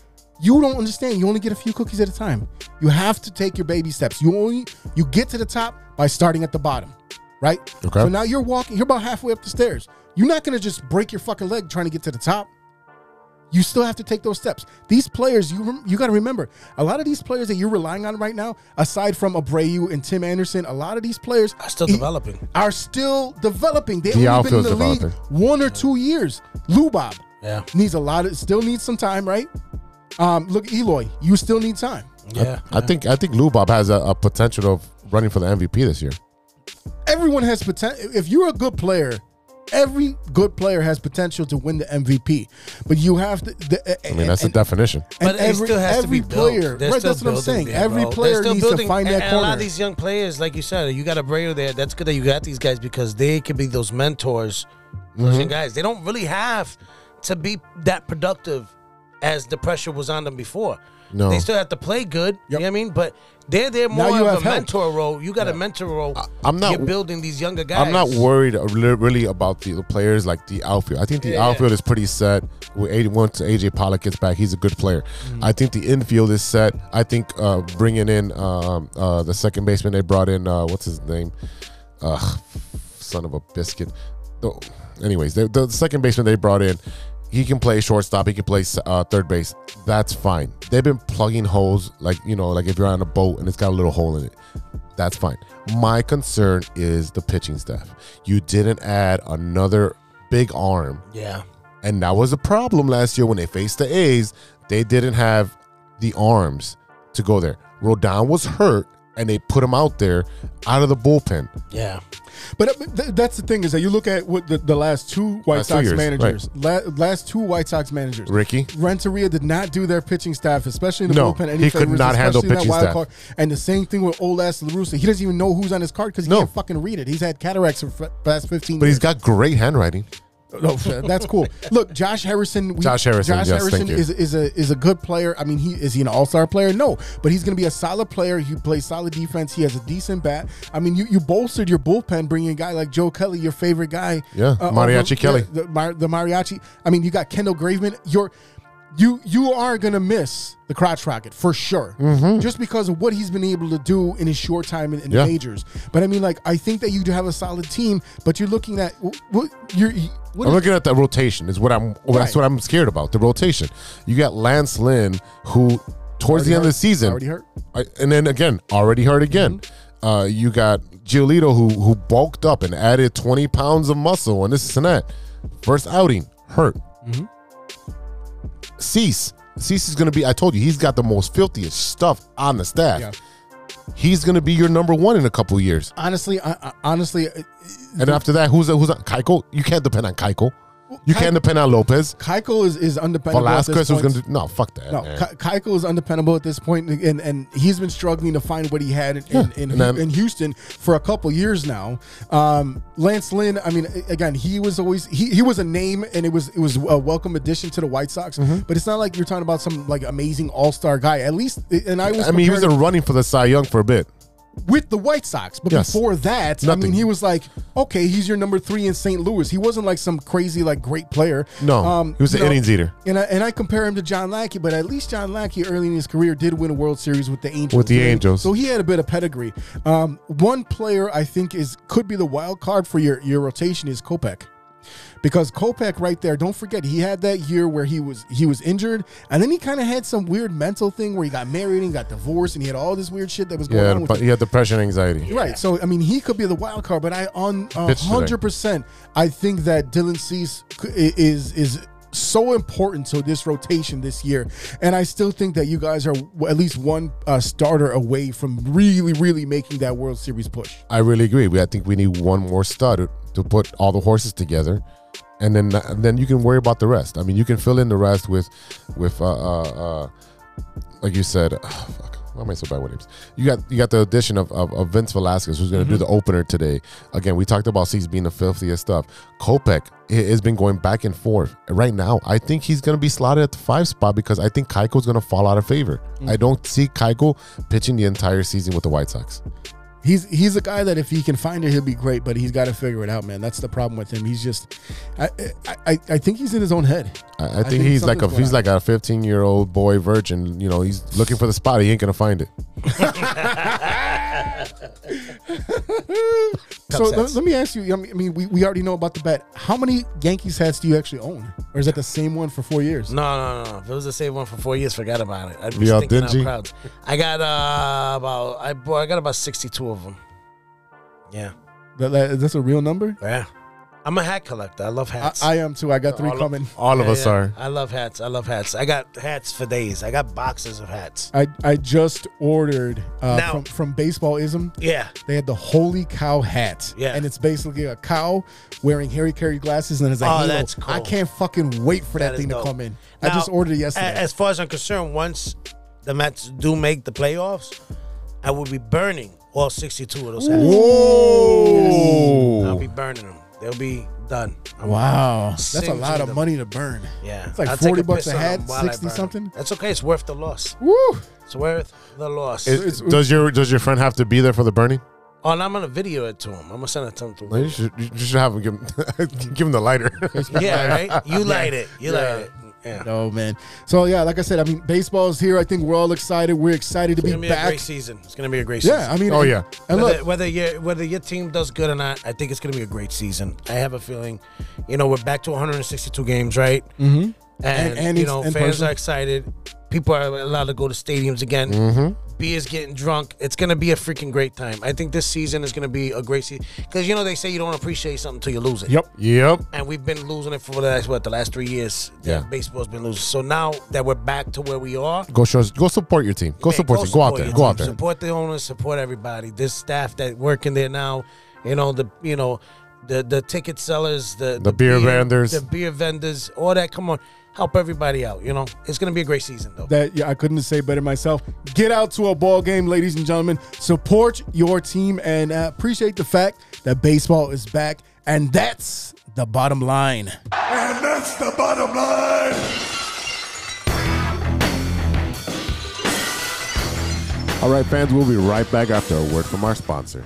You don't understand. You only get a few cookies at a time. You have to take your baby steps. You only you get to the top by starting at the bottom, right?
Okay.
So now you're walking. You're about halfway up the stairs. You're not gonna just break your fucking leg trying to get to the top you still have to take those steps. These players, you rem- you got to remember, a lot of these players that you're relying on right now, aside from Abreu and Tim Anderson, a lot of these players
Are still
e-
developing.
Are still developing. They
The
only been in the
outfield's
league one or two years. Lubob
Yeah.
needs a lot of still needs some time, right? Um, look, Eloy, you still need time.
Yeah.
I think I think Lou Bob has a, a potential of running for the MVP this year.
everyone has potential. If you're a good player, every good player has potential to win the MVP. But you have to. The,
I mean, that's the
and,
definition.
and
But it still has to be built.
player,
They're
right?
still
That's what I'm
building
saying.
there,
every
bro. They're
player
still
needs to
building-
find
and,
that
and a lot
corner.
of these young players, like you said, you got a Abreu there. That's good that you got these guys because they could be those mentors. Those
Mm-hmm.
young guys, they don't really have to be that productive as the pressure was on them before.
No.
They still have to play good. You know what I mean? But they're there more
you
of
have
a
help.
mentor role. You got a mentor role.
I'm not-
You're building these younger guys.
I'm not worried uh, li- really about the, the players like the outfield. I think the
Yeah.
outfield is pretty set. With AJ, once AJ Pollock gets back, he's a good player.
Mm.
I think the infield is set. I think uh, bringing in um, uh, the second baseman they brought in, uh, what's his name, Ugh, son of a biscuit. Oh, anyways, the, the second baseman they brought in, he can play shortstop. He can play uh, third base. That's fine. They've been plugging holes like you know, like if you're on a boat and it's got a little hole in it. That's fine. My concern is the pitching staff. You didn't add another big arm,
Yeah.
and that was a problem last year when they faced the A's. They didn't have the arms to go there. Rodon was hurt, and they put him out there out of the bullpen.
Yeah.
But uh, th- that's the thing is that you look at what the, the last two White
Last two
Sox
years,
managers, la- last two White Sox managers,
Ricky?
Renteria did not do their pitching staff, especially in the
No,
bullpen.
he could
favors,
not
especially
handle
in that
pitching
wild
staff.
card. And the same thing with old ass Larusa. He doesn't even know who's on his card because he
No.
can't fucking read it. He's had cataracts for f- past fifteen.
But
years.
he's got great handwriting.
No, Oh, [laughs] that's cool. Look, Josh Harrison. We,
Josh Harrison, yes, thank you.
is is a is a good player. I mean, he is he an all star player? No, but he's going to be a solid player. He plays solid defense. He has a decent bat. I mean, you you bolstered your bullpen bringing a guy like Joe Kelly, your favorite guy.
Yeah, Mariachi Kelly.
yeah, the, Mar- the mariachi. I mean, you got Kendall Graveman. Your you you are gonna miss the crotch rocket for sure, just because of what he's been able to do in his short time in, in
Mm-hmm. Yeah.
the majors. But I mean, like I think that you do have a solid team, but you're looking at wh- what you're. What
I'm looking at the rotation. Is what I'm. well, That's
Right.
what I'm scared about. The rotation. You got Lance Lynn, who towards the end of the season
already hurt. Mm-hmm.
I- and then again, already hurt again. Uh, you got Giolito who who bulked up and added 20 pounds of muscle and this and that. First outing, hurt.
Mm-hmm.
Cease. Cease is going to be, I told you, he's got the most filthiest stuff on the staff.
Yeah.
He's going to be your number one in a couple years.
honestly, I, I, honestly, uh,
And after that, who's who's on Keiko? You can't depend on Keiko. You can't depend on Lopez.
Keiko is is undependable. at this
Velasquez was
point.
going to, no, fuck that.
No,
man.
Ke- Keiko is undependable at this point, and and he's been struggling to find what he had in, in, in,
and I'm-
in Houston for a couple years now. Um, Lance Lynn, I mean, a- again, he was always he, he was a name, and it was it was a welcome addition to the White Sox.
Mm-hmm.
But it's not like you're talking about some like amazing All Star guy. At least, and I was
I mean, he was
comparing
in running for the Cy Young for a bit.
with the White Sox. But
Yes.
before that, I
Nothing.
mean, he was like, okay, he's your number three in St. Louis. He wasn't like some crazy, like great player.
No, he was
you
an innings eater.
And I, and I compare him to John Lackey, but at least John Lackey early in his career did win a World Series with the Angels.
With the
right?
Angels.
So he had a bit of pedigree. Um, one player I think is could be the wild card for your, your rotation is Kopech because Kopech right there. Don't forget he had that year where he was he was injured, and then he kind of had some weird mental thing where he got married and got divorced, and he had all this weird shit that was going
Yeah,
on. With
but he had depression, anxiety.
Right. So I mean, he could be the wild card, but I on
Pitch today.
hundred percent, I think that Dylan Cease c- i- is is so important to this rotation this year, and I still think that you guys are w- at least one uh, starter away from really, really making that World Series push.
I really agree. We, I think we need one more stud to put all the horses together, and then and then you can worry about the rest. I mean, you can fill in the rest with with uh, uh, uh, like you said. [sighs] fuck, why am I so bad with names? You got you got the addition of, of, of Vince Velasquez, who's going to do the opener today. Again, we talked about Cease being the filthiest stuff. Kopech i- has been going back and forth. Right now, I think he's going to be slotted at the five spot because I think Keiko's going to fall out of favor. I don't see Keiko pitching the entire season with the White Sox.
He's he's a guy that if he can find it, he'll be great, but he's got to figure it out, man. That's the problem with him. He's just, I I, I, I think he's in his own head.
I, I think,
think
he's like a
something's
he's
going
like a 15 year old boy virgin. You know, he's looking for the spot. He ain't gonna find it.
So
Upsets.
let, let me ask you. I mean, I mean, we, we already know about the bet. How many Yankees hats do you actually own, or is that the same one for four years?
No, no, no. If it was the same one for four years, forget about it. I'd be
We all
stinking out
dingy?
crowds. I got uh, about I bought, I got about sixty two of them. Yeah,
That, that- that's a real number.
yeah. I'm a hat collector. I love
I,
hats.
I am too. I got three
All of-
coming.
All of
Yeah,
us
yeah.
are.
I love hats. I love hats. I got hats for days. I got boxes of hats.
I, I just ordered uh,
Now-
from from Baseballism.
Yeah.
They had the Holy Cow hat.
Yeah.
and it's basically a cow wearing Harry Carey glasses and it's a
Oh,
halo.
that's cool.
I can't fucking wait for that,
That is
thing to
dope.
come in. I
Now,
just ordered it
a-
yesterday.
As far as I'm concerned, once the Mets do make the playoffs, I will be burning all 62 of those hats. I'll be burning them. They'll be done. I'm-
wow, that's a
Sing
lot
to
of
them.
money to burn.
Yeah,
it's like
I'll take
forty bucks
piss
a
on 'em
hat,
while I
sixty
burn 'em.
something.
That's okay. It's worth the loss.
Woo!
It's worth the loss.
Is-
it's-
does your does your friend have to be there for the burning?
oh, and I'm gonna video it to him. I'm gonna send it to him.
No, you
Through.
should you should have him give him, give [laughs] him the lighter.
yeah, right. You light it. You
[laughs] Yeah.
light it. Yeah.
No man. So yeah, like I said, I mean, baseball's here. I think we're all excited. We're excited to
It's
be
gonna be a
back.
great season. It's gonna be a great season.
Yeah, I mean,
Oh,
and-
yeah.
And
whether,
look,
whether your whether your team does good or not, I think it's going to be a great season. I have a feeling, you know, we're back to 162 games, right? Mm-hmm. And,
And- and
you
it's
know,
in
fans
person.
are excited. People are allowed to go to stadiums again.
Mm-hmm.
Beer's getting drunk. It's going to be a freaking great time. I think this season is going to be a great season because you know they say you don't appreciate something till you lose it.
Yep.
Yep.
And we've been losing it for the last what the last three years.
Yeah.
baseball's been losing. So now that we're back to where we are,
Go show, go support your team. Go
Man,
support your team. Go out there.
your
Go out
team.
there.
Support the owners. Support everybody. This staff that working there now. You know the you know the the ticket sellers, the
The beer vendors.
the beer vendors, all that. Come on, help everybody out. You know it's gonna be a great season though.
that yeah, I couldn't say better myself. Get out to a ball game, ladies and gentlemen. Support your team and uh, appreciate the fact that baseball is back. And that's the bottom line.
And that's the bottom line.
All right, fans, we'll be right back after a word from our sponsor.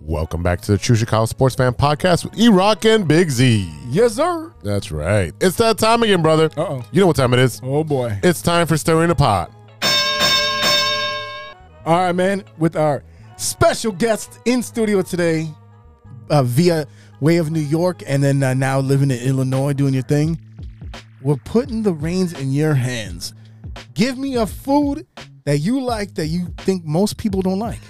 Welcome back to the True Chicago Sports Fan Podcast with E Rock and Big Z.
Yes, sir.
That's right. It's that time again, brother.
Uh-oh.
You know what time it is.
Oh boy.
It's time for Stirring the Pot.
All right, man. With our special guest in studio today, uh, via way of New York, and then uh, now living in Illinois, doing your thing. We're putting the reins in your hands. Give me a food that you like that you think most people don't like.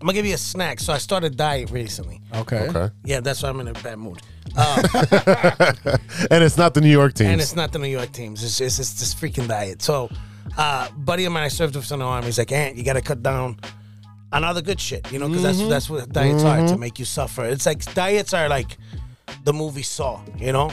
I'm gonna give you a snack. So I started diet recently.
Okay.
Okay.
Yeah, that's why I'm in a bad mood.
And it's not the New York
And
teams.
it's not the New York teams. It's it's, it's this freaking diet. So, uh, buddy of mine, I served with in the army. He's like, Ant, you gotta cut down on all the good shit, you know, because
Mm-hmm.
that's that's what diets are to make you suffer. It's like diets are like the movie Saw,
[laughs]
you know,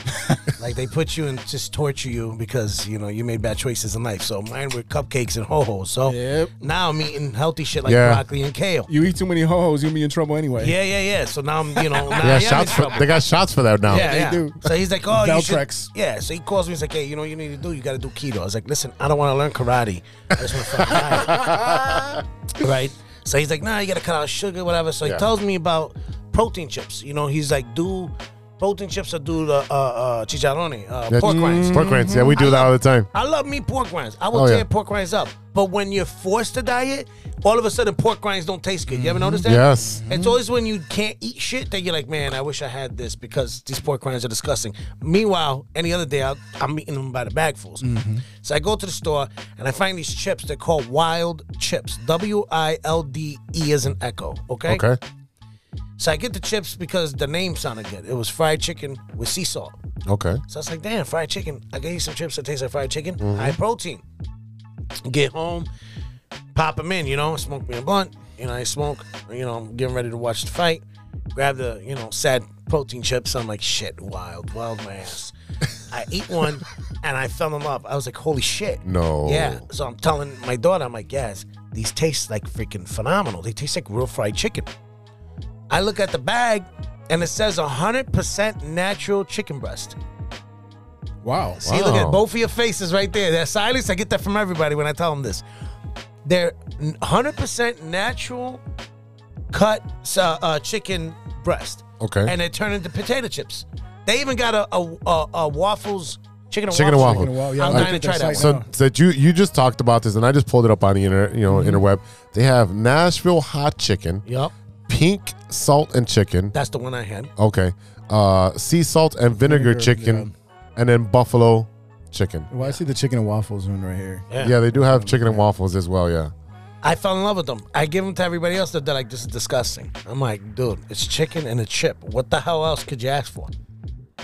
like they put you and just torture you because you know you made bad choices in life. So mine were cupcakes and ho hos. So
Yep.
now I'm eating healthy shit like
Yeah.
broccoli and kale.
You eat too many ho-hos, you'll be in trouble anyway.
Yeah, yeah, yeah. So now I'm,
[laughs]
you know, now
They
I am
got,
in
shots for,
trouble.
they got shots for that now.
Yeah,
They
yeah.
do.
So he's like, oh, you should.
Valtrex.
Yeah. So he calls me. He's like, hey, you know what you need to do? You got to do keto. I was like, listen, I don't want to learn karate. I just want to fucking
[laughs]
diet. right. So he's like, nah, you got to cut out sugar, whatever. So
Yeah.
he tells me about protein chips. You know, he's like, do protein chips or do the uh, uh, chicharrone, uh,
Yeah,
pork rinds.
Pork rinds. Yeah, we
Mm-hmm.
do that all the time.
I love me pork rinds. I will
Oh, yeah.
tear pork rinds up. But when you're forced to diet, all of a sudden pork rinds don't taste good. You ever notice that?
Yes.
It's always when you can't eat shit that you're like, man, I wish I had this because these pork rinds are disgusting. Meanwhile, any other day, I'll, I'm eating them by the bagfuls.
Mm-hmm.
So I go to the store and I find these chips. They're called wild chips. W I L D E is an echo. Okay.
Okay.
So I get the chips because the name sounded good. It was fried chicken with sea salt.
Okay.
So I was like, damn, fried chicken. I gave you some chips that taste like fried chicken, high protein. Get home, pop them in, you know, smoke me a blunt. You know, I smoke, you know, I'm getting ready to watch the fight. Grab the, you know, sad protein chips. I'm like, shit, wild, wild my ass. I eat one and I fell in love. I was like, holy shit.
No.
Yeah. So I'm telling my daughter, I'm like, yes, these taste like freaking phenomenal. They taste like real fried chicken. I look at the bag and it says 100% natural chicken breast.
Wow.
See, look at
Wow.
both of your faces right there. That silence, I get that from everybody when I tell them this. They're 100% natural cut uh, uh, chicken breast.
Okay.
And they turn into potato chips. They even got a, a, a, a waffles, chicken and
Chicken and waffle.
waffles.
Chicken and waffle, yeah,
I'm
I
dying to
think
try
that's
that one.
like-
So
No.
that you you just talked about this, and I just pulled it up on the inter, you know interweb. They have Nashville hot chicken,
Mm-hmm. Yup.
pink salt and chicken.
That's the one I had.
Okay, uh, sea salt and vinegar,
Vinegar,
chicken, and then buffalo chicken.
Well, I see the chicken and waffles one right here.
Yeah.
Yeah, they do have chicken and waffles as well. Yeah,
I fell in love with them. I give them to everybody else that they're like, this is disgusting. I'm like, dude, it's chicken and a chip. What the hell else could you ask for?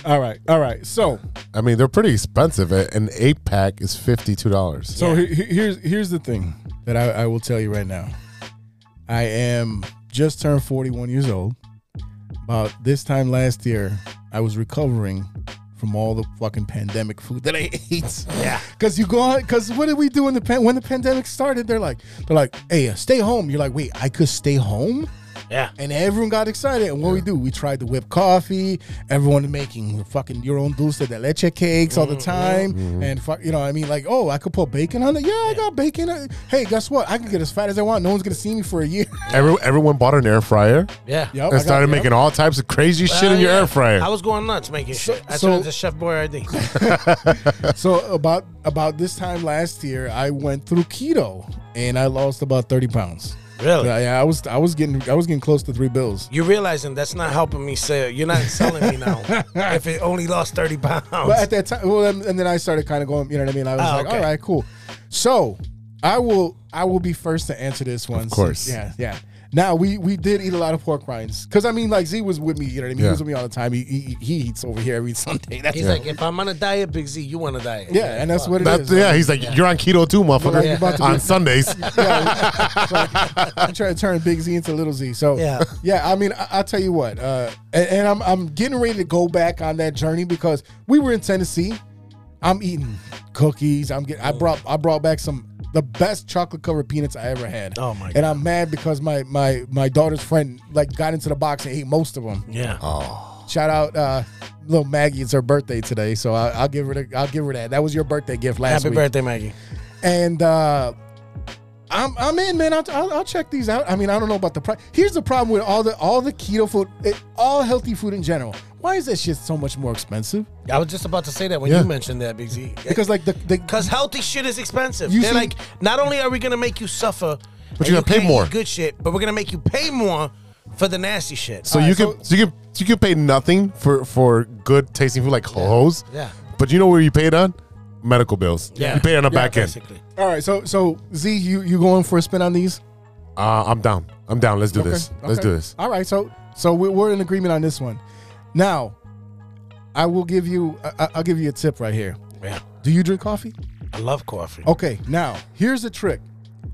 All right. All right. So
I mean they're pretty expensive. A- An eight pack is fifty two dollars.
So he- he- here's here's the thing that I, I will tell you right now. I am just turned 41 years old. About this time last year, I was recovering from all the fucking pandemic food that I [laughs] ate. Yeah. Cause you go out, cause what did we do in the pan- when the pandemic started? They're like, they're like, hey, uh, stay home. You're like, wait, I could stay home?
Yeah.
And everyone got excited. And what we do, we tried to whip coffee. Everyone making fucking your own dulce de leche cakes all the time. And fuck, you know, what I mean, like, oh, I could put bacon on it. Yeah, I got bacon. Hey, guess what? I can get as fat as I want. No one's gonna see me for a year.
Every, everyone bought an air fryer
Yeah.
Yup, I
and
got-
started
yup.
making all types of crazy shit
Hell
in your
Uh, yeah.
air fryer.
I was going nuts making shit. I
so-
turned into Chef Boyardee.
So about about this time last year, I went through keto and I lost about thirty pounds.
Really?
Yeah, yeah, I was I was getting I was getting close to three bills.
You're realizing that's not helping me sell. You're not selling
[laughs]
me now. if it only lost 30 pounds.
But at that time, well, and and then I started kind of going. You know what I mean? I was
Ah,
like,
okay.
all right, cool. So I will I will be first to answer this one. Of
course.
yeah, yeah. Now we we did eat a lot of pork rinds because I mean like Z was with me. You know what I mean? He
Yeah.
was with me all the time. He, he, he eats over here every [laughs] Sunday. That's
He's like, if I'm on a diet, Big Z, you want a diet.
yeah, and that's what it is.
That's- yeah, he's like, you're on keto too, motherfucker.
You're about to
on
be-
Sundays.
yeah, so I try to turn Big Z into Little Z. So
Yeah.
yeah. I mean, I, I'll tell you what, uh, and, and I'm I'm getting ready to go back on that journey because we were in Tennessee. I'm eating cookies. I'm getting. I
Oh.
brought I brought back some the best chocolate covered peanuts I ever had.
Oh, my
And I'm mad because my my my daughter's friend like got into the box and ate most of them.
Yeah.
Shout out. uh Little Maggie, it's her birthday today, so I, I'll give her. The, I'll give her that. That was your birthday gift last
Happy
week
birthday, Maggie.
and uh I'm, I'm in, man. I'll, I'll, I'll check these out. I mean, I don't know about the price. Here's the problem with all the all the keto food, it, all healthy food in general. Why is that shit so much more expensive?
I was just about to say that when
Yeah.
you mentioned that, Big Z.
Because like the, the
Because healthy shit is expensive.
You
They're
see-
like, not only are we gonna make you suffer,
But
and
you gotta pay
can't
more.
eat Good shit, but we're gonna make you pay more for the nasty shit.
So you could so you could you could pay nothing for for good tasting food like hoes.
Yeah.
But you know where you pay it on? Medical bills.
Yeah.
You pay it on the back end.
basically.
all right, so so Z, you you going for a spin on these?
Uh, I'm down. I'm down. Let's do this.
Okay,
Let's
okay.
do this.
All right, so so we're, we're in agreement on this one. Now, I will give you I, I- I'll give you a tip right here.
Oh, Yeah.
Do you drink coffee?
I love
Oh.
coffee.
Okay, now here's the trick.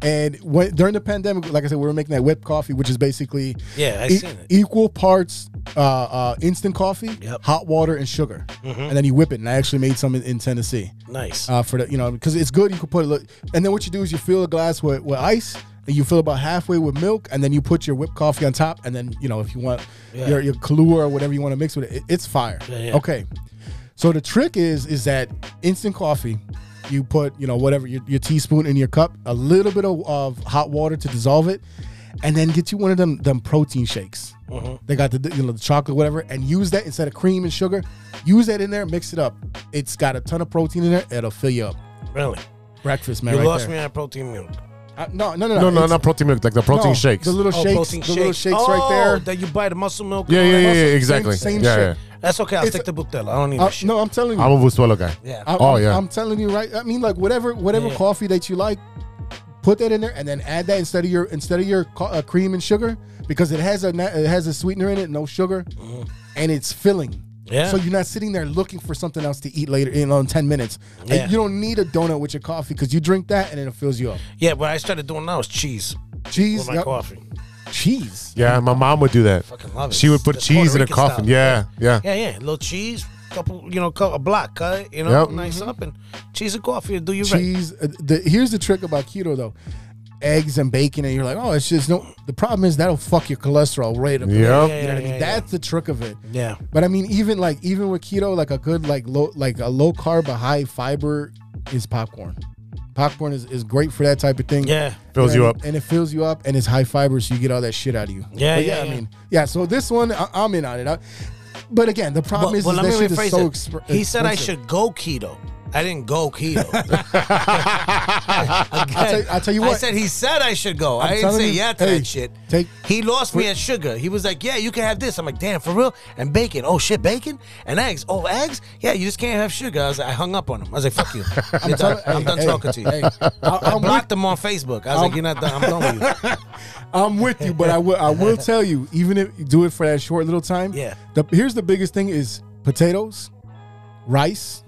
And when, during the pandemic, like I said, we were making that whipped coffee, which is basically
Yeah, I
e-
seen it.
equal parts uh, uh, instant coffee,
Yep. Mm-hmm.
hot water, and sugar, and then you whip it. And I actually made some in, in Tennessee
Nice.
uh, for the you know because it's good. You can put a little, and then what you do is you fill a glass with, with ice, and you fill about halfway with milk, and then you put your whipped coffee on top, and then you know if you want
Yeah.
your your Kahlua or whatever you want to mix with it, it- it's fire.
yeah.
Okay, so the trick is is that instant coffee. You put, you know, whatever your, your teaspoon in your cup, a little bit of, of hot water to dissolve it, and then get you one of them them protein shakes.
Uh-huh.
They got the you know the chocolate whatever, and use that instead of cream and sugar. Use that in there, mix it up. It's got a ton of protein in there. It'll fill you up.
really.
Breakfast, man.
You
right
lost
there.
me on protein milk.
Uh, no, no, no,
No,
no,
no,
it's-
not protein milk, like the protein
no,
shakes.
The little shakes, the little shakes right
Oh,
there.
That you buy the muscle milk. and
yeah,
all
yeah,
that
yeah, yeah,
muscle-
exactly.
same
yeah,
shit.
That's okay. I'll
It's
stick
a-
to Butella. I don't need
Uh,
that shit.
no, I'm telling you.
yeah. I'm a Vuzuelo guy.
Yeah.
I'm,
Oh,
I'm-
yeah.
I'm telling you right. I mean, like whatever whatever
Yeah.
coffee that you like, put that in there, and then add that instead of your instead of your co- uh, cream and sugar because it has a na- it has a sweetener in it, no sugar, and it's filling.
Mm. Yeah.
So you're not sitting there looking for something else to eat later, you know, in ten minutes. And
Yeah.
you don't need a donut with your coffee because you drink that and then it fills you up.
yeah, what I started doing now is cheese
Cheese,
with my
yup.
coffee.
cheese.
Yeah, my mom would do that.
Fucking love it.
She would put
That's
cheese in her
Puerto Rican
coffin.
style.
Yeah, yeah.
Yeah, yeah. A little cheese, couple, you know, co- a block cut, you know,
Yep.
nice up and cheese and coffee will do you right.
Mm-hmm. cheese. uh, The, here's the trick about keto though. Eggs and bacon, and you're like, oh, it's just no. The problem is that'll fuck your cholesterol right up. there.
Yep.
You know what I mean?
yeah,
That's the trick of it.
Yeah.
But I mean, even like even with keto, like a good like low like a low carb, but high fiber is popcorn. Popcorn is, is great for that type of thing.
Yeah.
Fills
know
you
what I mean?
up.
and it fills you up, and it's high fiber, so you get all that shit out of you.
Yeah,
But
yeah,
I
yeah.
mean, yeah. So this one, I, I'm in on it. I- but again, the problem
Well,
is,
well,
is
let me
that shit
rephrase
is so
it.
exp-
he said I
expensive.
should go keto. I didn't
[laughs]
go keto.
I'll tell, I'll tell you what.
I said he said I should go.
I'm
I'm I did not
telling
say
you,
yeah to
hey,
that shit.
take-
he lost me at sugar. He was like, "Yeah, you can have this." I'm like, "Damn, for real?" And bacon. Oh shit, bacon and eggs. Oh eggs. Yeah, you just can't have sugar. I was like, I hung up on him. I was
[laughs]
like, "Fuck you." I'm, done, I'm done
hey,
talking to you.
hey, I-
I,
I'm
blocked him on Facebook. I was like, "You're not done. I'm done
[laughs]
with you."
I'm with you, but I will I
[laughs]
will tell you, even if you do it for that short little time,
Yeah.
The, here's the biggest thing is potatoes, rice,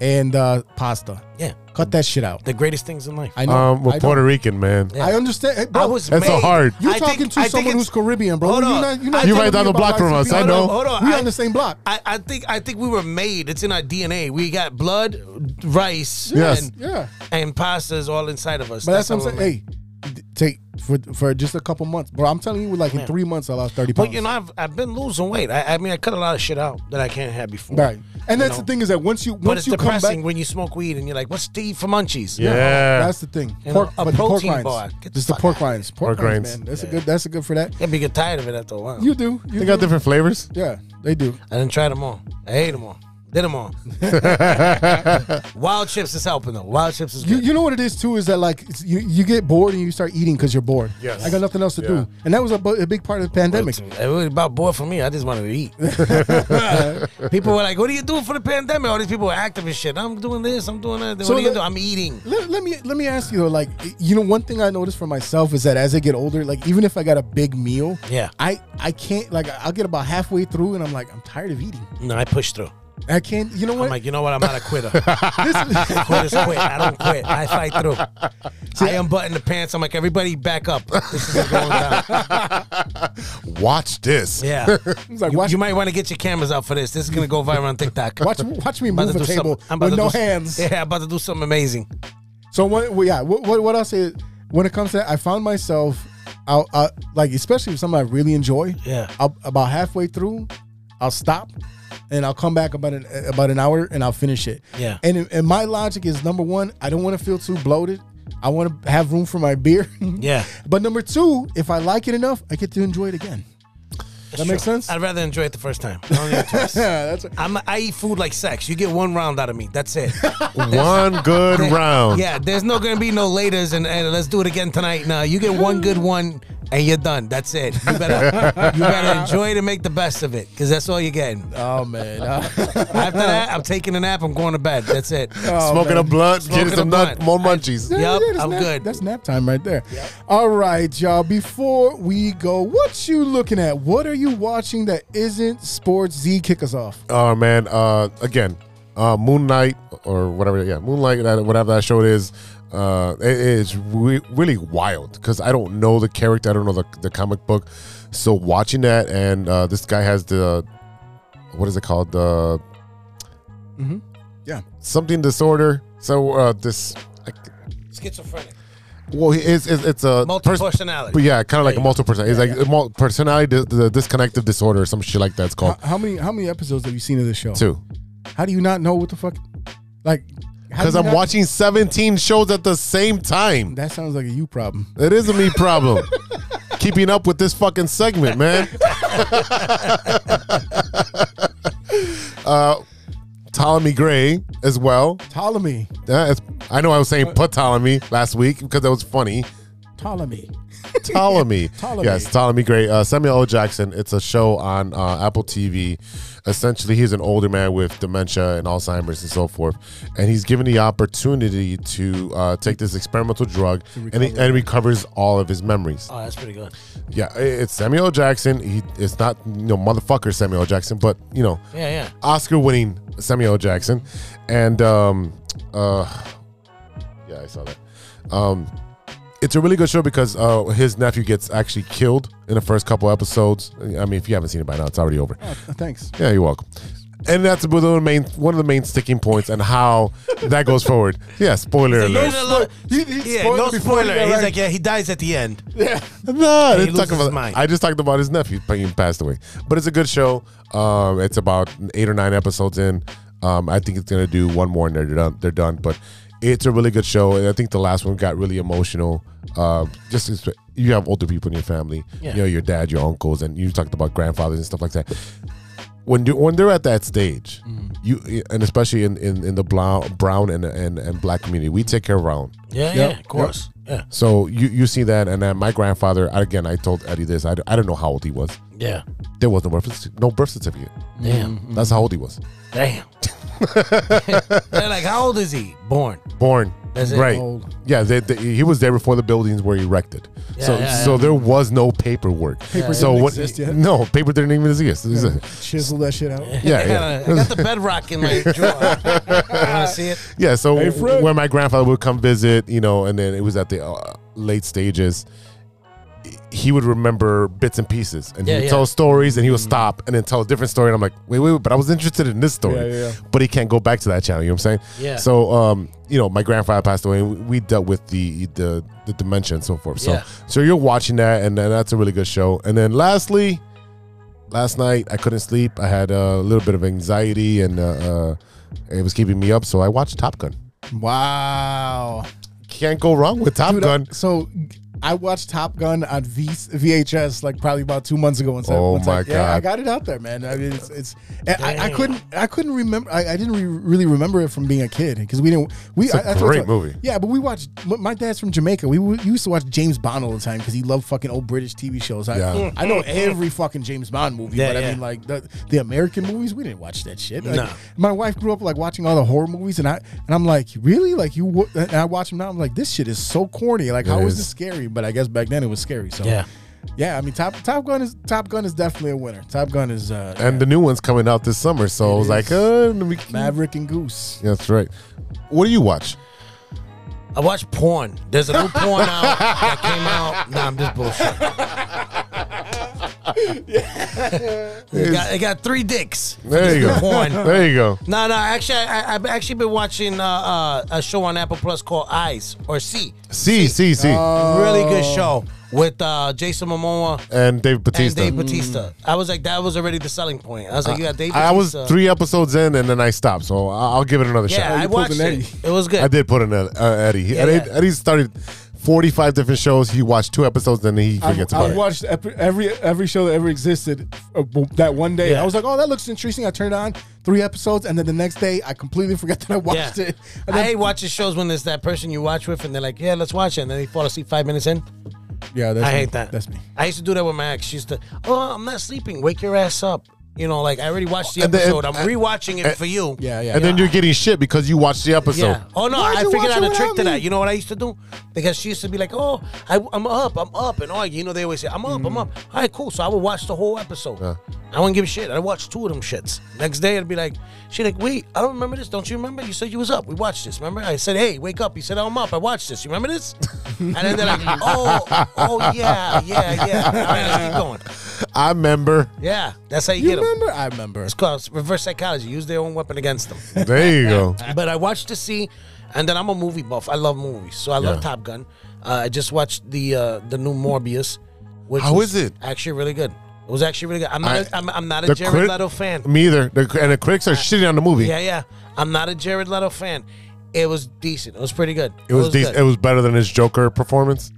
and uh, pasta.
Yeah,
Cut that shit out.
the greatest things in life.
I know.
Um,
I
we're
know.
Puerto Rican, man.
Yeah.
I understand. Hey, bro,
I was
That's so
made-
hard.
you're
I
talking
think-
to
I think
someone
it's-
who's Caribbean, bro.
Hold
you're
on.
not, you're not
I
You're right
telling me
down the
about
block from
rice and
us, I
peas.
know.
Hold on, hold on.
We
I-
on the same block.
I, I think I think we were made. It's in our DNA. We got blood, rice,
Yes.
and,
yeah,
and pasta is all inside of us.
but that's, what I'm saying.
how we're made.
Hey, d- take for for just a couple months, bro. I'm telling you, like in three months, I lost thirty pounds.
But you know, I've I've been losing weight. I, I mean, I cut a lot of shit out that I can't have before.
right? And
You
that's
know?
the thing is that once you
But
once
it's
you come back,
depressing when you smoke weed and you're like, "What's to eat for munchies?"
Yeah.
that's the thing.
You
Pork,
know, a
but the pork
protein
rinds.
bar. Get the
Just the
fuck
pork
outta here.
rinds. Pork,
Pork
rinds,
rinds.
man. That's a good. That's a good for that.
Yeah, but you get tired of it after a while.
You do. You
They got
do.
different flavors.
yeah, they do.
I didn't try them all. I hate them all. Did
[laughs]
them all. Wild chips is helping though. Wild chips is
You,
good.
you know what it is too is that like it's- you, you get bored and you start eating because you're bored.
Yes.
I got nothing else to
Yeah.
do, and that was a, bu- a big part of the pandemic.
It was about bored for me. I just wanted to
[laughs]
eat. people were like, "What do you do for the pandemic?" All these people were active and shit. I'm doing this. I'm doing that.
So
what do you
the-
do? I'm eating.
Let, let me let me ask you though, like you know, one thing I noticed for myself is that as I get older, like even if I got a big meal,
Yeah.
I I can't like I'll get about halfway through and I'm like I'm tired of eating.
No, I push through.
I can't. You know
I'm
what?
like, you know what? I'm not
[laughs]
a quitter. Quitters quit. I don't quit. I fight through. I unbutton the pants. I'm like, everybody back up. This isn't going down.
[laughs]
Watch this.
Yeah.
It's like,
you,
watch-
you might want to get your cameras out for this. This is going to go viral on TikTok.
watch watch me
I'm about
move
to
a
do
table
something- I'm about
with
to
no
do some-
hands.
Yeah, I'm about to do something amazing.
So what? Well, yeah. What, what? What else? Is, when it comes to that, I found myself out, uh, like especially if something I really enjoy.
Yeah.
I'll, about halfway through, I'll stop, and I'll come back about an about an hour, and I'll finish it.
Yeah.
And and my logic is number one, I don't want to feel too bloated. I want to have room for my beer. [laughs]
Yeah.
But number two, if I like it enough, I get to enjoy it again. that makes sense.
I'd rather enjoy it the first time. I don't need it twice.
[laughs] yeah, that's right.
I'm, I eat food like sex. You get one round out of me. That's it.
[laughs] One good round.
Yeah, there's no gonna be no laters and, and let's do it again tonight. No, you get one good one and you're done. That's it. You better you better enjoy it and make the best of it because that's all you're getting.
Oh man. [laughs]
After that, I'm taking a nap. I'm going to bed. That's it.
Uh,
Smoking a blunt,
Smoking
getting
a
some nut,
blunt.
more munchies.
Yup,
Yeah, that's
I'm
nap-
good.
That's nap time right there. All right, y'all. Before we go, what you looking at? What are you watching that isn't Sports Z? Kick us off.
Oh man, uh, again, uh, Moon Knight or whatever. Yeah, Moonlight, that- whatever that show is. Uh, it is re- really wild because I don't know the character, I don't know the, the comic book. So watching that, and uh, this guy has the what is it called the
Yeah.
something disorder. So uh, this,
Schizophrenic.
well, he is it's, it's a
Multiple
pers-
personality.
But yeah, kind of like a multiple person. It's like a mul- personality dis- the disconnective disorder or some shit like that. It's
How,
called
how many how many episodes have you seen of this show?
too.
How do you not know what the fuck? Like, how do
Because
you
I'm
not-
watching 17 shows at the same time.
That sounds like a you problem.
It is
[laughs]
a me problem. Keeping up with this fucking
[laughs]
segment, man. uh, Uh, Ptolemy Gray as well.
Ptolemy,
Uh, it's- I know I was saying Ptolemy last week because that was funny.
Ptolemy.
Ptolemy.
Ptolemy.
Yes, Ptolemy Gray. Uh, Samuel L. Jackson. It's a show on uh, Apple TV. Essentially, he's an older man with dementia and Alzheimer's and so forth, and he's given the opportunity to uh, take this experimental drug, and, he, and he recovers all of his memories.
Oh, that's pretty good.
Yeah, i- it's Samuel L. Jackson. He it's not you know motherfucker Samuel L. Jackson, but you know
Yeah, yeah.
Oscar winning Samuel L. Jackson, and um, uh, yeah, I saw that. Um, it's a really good show because uh, his nephew gets actually killed in the first couple episodes. I mean, if you haven't seen it by now, it's already
Oh,
over.
Thanks.
Yeah, you're welcome. And that's one of the main one of the main sticking points and how that goes forward. Yeah, spoiler alert.
He- he
yeah,
spoiled
no
it before he
spoiler.
got
He's
right.
like, yeah, he dies at the end.
[laughs] No, I
he
didn't talk
loses his
about.
mind.
I just talked about his nephew being passed away, but it's a good show. Um, it's about eight or nine episodes in. Um, I think it's gonna do one more and they're done. They're done, but it's a really good show. And I think the last one got really emotional. Uh, just as- you have older people in your family, you know, your dad, your uncles, and you talked about grandfathers and stuff like that. When you when they're at that stage,
Mm.
you and especially in, in, in the brown brown and, and and black community, we take care of our own.
Yeah, yeah, of course. Yeah,
So you you see that, and then my grandfather again. I told Eddie this. I, I don't know how old he was.
yeah.
There was no birth no birth certificate.
Damn,
That's how old he was.
damn. [laughs] They're like, how old is he? Born.
Born.
That's it.
right.
Old.
Yeah, they, they, he was there before the buildings were erected. so
yeah,
so
yeah.
there was no paperwork.
Paper
so
didn't
what-
exist yet.
No, paper didn't even exist. Yeah,
Chisel that shit out.
[laughs] yeah.
I got the bedrock
[laughs]
in my drawer. you want to see it?
Yeah, so
Hey, Fred.
where my grandfather would come visit, you know, and then it was at the uh, late stages. he would remember bits and pieces, and
Yeah,
he would
yeah.
tell stories, and he would
Mm-hmm.
stop, and then tell a different story, and I'm like, wait, wait, wait, but I was interested in this story,
Yeah, yeah, yeah.
but he can't go back to that channel. You know what I'm saying?
Yeah.
So, um, you know, my grandfather passed away, and we dealt with the the the dementia and so forth. So,
Yeah.
so you're watching that, and, and that's a really good show. And then lastly, last night I couldn't sleep. I had a little bit of anxiety, and uh, uh, it was keeping me up. So I watched Top Gun.
Wow.
Can't go wrong with Top
Dude,
Gun.
I- so I watched Top Gun on v- VHS like probably about two months ago. And said,
Oh
one time-
my
Yeah, I
God.
got it out there, man. I mean, it's, it's and I, I
Damn.
couldn't I couldn't remember. I, I didn't re- really remember it from being a kid because we didn't. We
a
I- that's what I
great
thought-
movie.
Yeah, but we watched. My my dad's from Jamaica. We, we used to watch James Bond all the time because he loved fucking old British TV shows. I,
Yeah.
I know every fucking James Bond movie,
Yeah,
but I
yeah.
mean like the, the American movies, we didn't watch that shit. Like,
No.
my wife grew up like watching all the horror movies, and I and I'm like, really? Like you? wo- And I watch them now. I'm like, this shit is so corny. Like, how is
is.
this scary? But I guess back then it was scary. So
Yeah.
yeah. I mean, Top Top Gun is Top Gun is definitely a winner. Top Gun is uh,
And the new one's coming out this summer, so I was
is.
like, uh, let me keep-
Maverick and Goose.
Yeah, that's right. What do you watch?
I watch porn. There's a new porn out that came out. Nah, I'm
[laughs]
just bullshit. it, got, it got three dicks.
There you go.
Porn.
There you go.
No, no. Actually, I, I- I've actually been watching uh, uh, a show on Apple Plus called Eyes or C.
See, see, see.
Uh, Really good
Oh.
show with uh, Jason Momoa
and Dave Batista.
and Dave Batista. I was like, that was already the selling point. I was like, you got Dave.
I was
Bautista.
three episodes in, and then I stopped. So I- I'll give it another
uh, Yeah, I
shot.
watched
an Eddie.
it. It was good.
I did put in uh, uh, Eddie. He-
Yeah,
Eddie,
yeah.
Eddie started forty-five different shows. He watched two episodes, and then he
I,
forgets
I
about it.
watched ep- every every show that ever existed uh, w- that one day.
Yeah.
I was like, oh, that looks interesting. I turned it on three episodes, and then the next day I completely forgot that I [laughs] watched
Yeah.
it. And
I
then-
hate watching shows when it's that person you watch with and they're like, yeah, let's watch it. And then they fall asleep five minutes in.
yeah, that's
I
me.
hate that.
That's me.
I used to do that with my ex. She used to, oh, I'm not sleeping. Wake your ass up. You know, like I already watched the
And then-
episode. I'm
and-
rewatching it for you.
Yeah, yeah.
and then you're getting shit because you watched the episode.
Yeah. Oh no,
Why'd
I
you
figured
watch
out
it
a trick
without
to
me?
that. You know what I used to do? Because she used to be like, "Oh, I, am up, I'm up," and all. You know, they always say, "I'm up, I'm up."
Mm.
All right, cool. So I would watch the whole episode. I wouldn't give a shit. I watched two of them shits. Next day, it'd be like, "She like, wait, I don't remember this. Don't you remember? You said you was up. We watched this. Remember? I said, "Hey, wake up." He said, "I'm up. I watched this. You
[laughs]
remember this?" and then they're like, "Oh, oh yeah, yeah, yeah." All right, let's keep going.
I remember.
Yeah, that's how you,
You
get 'em.
remember? I remember.
It's called reverse psychology. Use their own weapon against them.
There you
[laughs]
go.
But I watched to see, and then I'm a movie buff. I love movies, so I love
Yeah.
Top Gun. Uh, I just watched the uh, the new Morbius. Which
How
was
is it?
Actually, really good. It was actually really good. I'm not.
I-
a I'm, I'm not a
The
Jared
crit-
Leto fan.
Me either. The, and the critics are shitting on the movie.
Yeah, yeah. I'm not a Jared Leto fan. It was decent. It was pretty good.
It was decent.
good.
It was better than his Joker performance.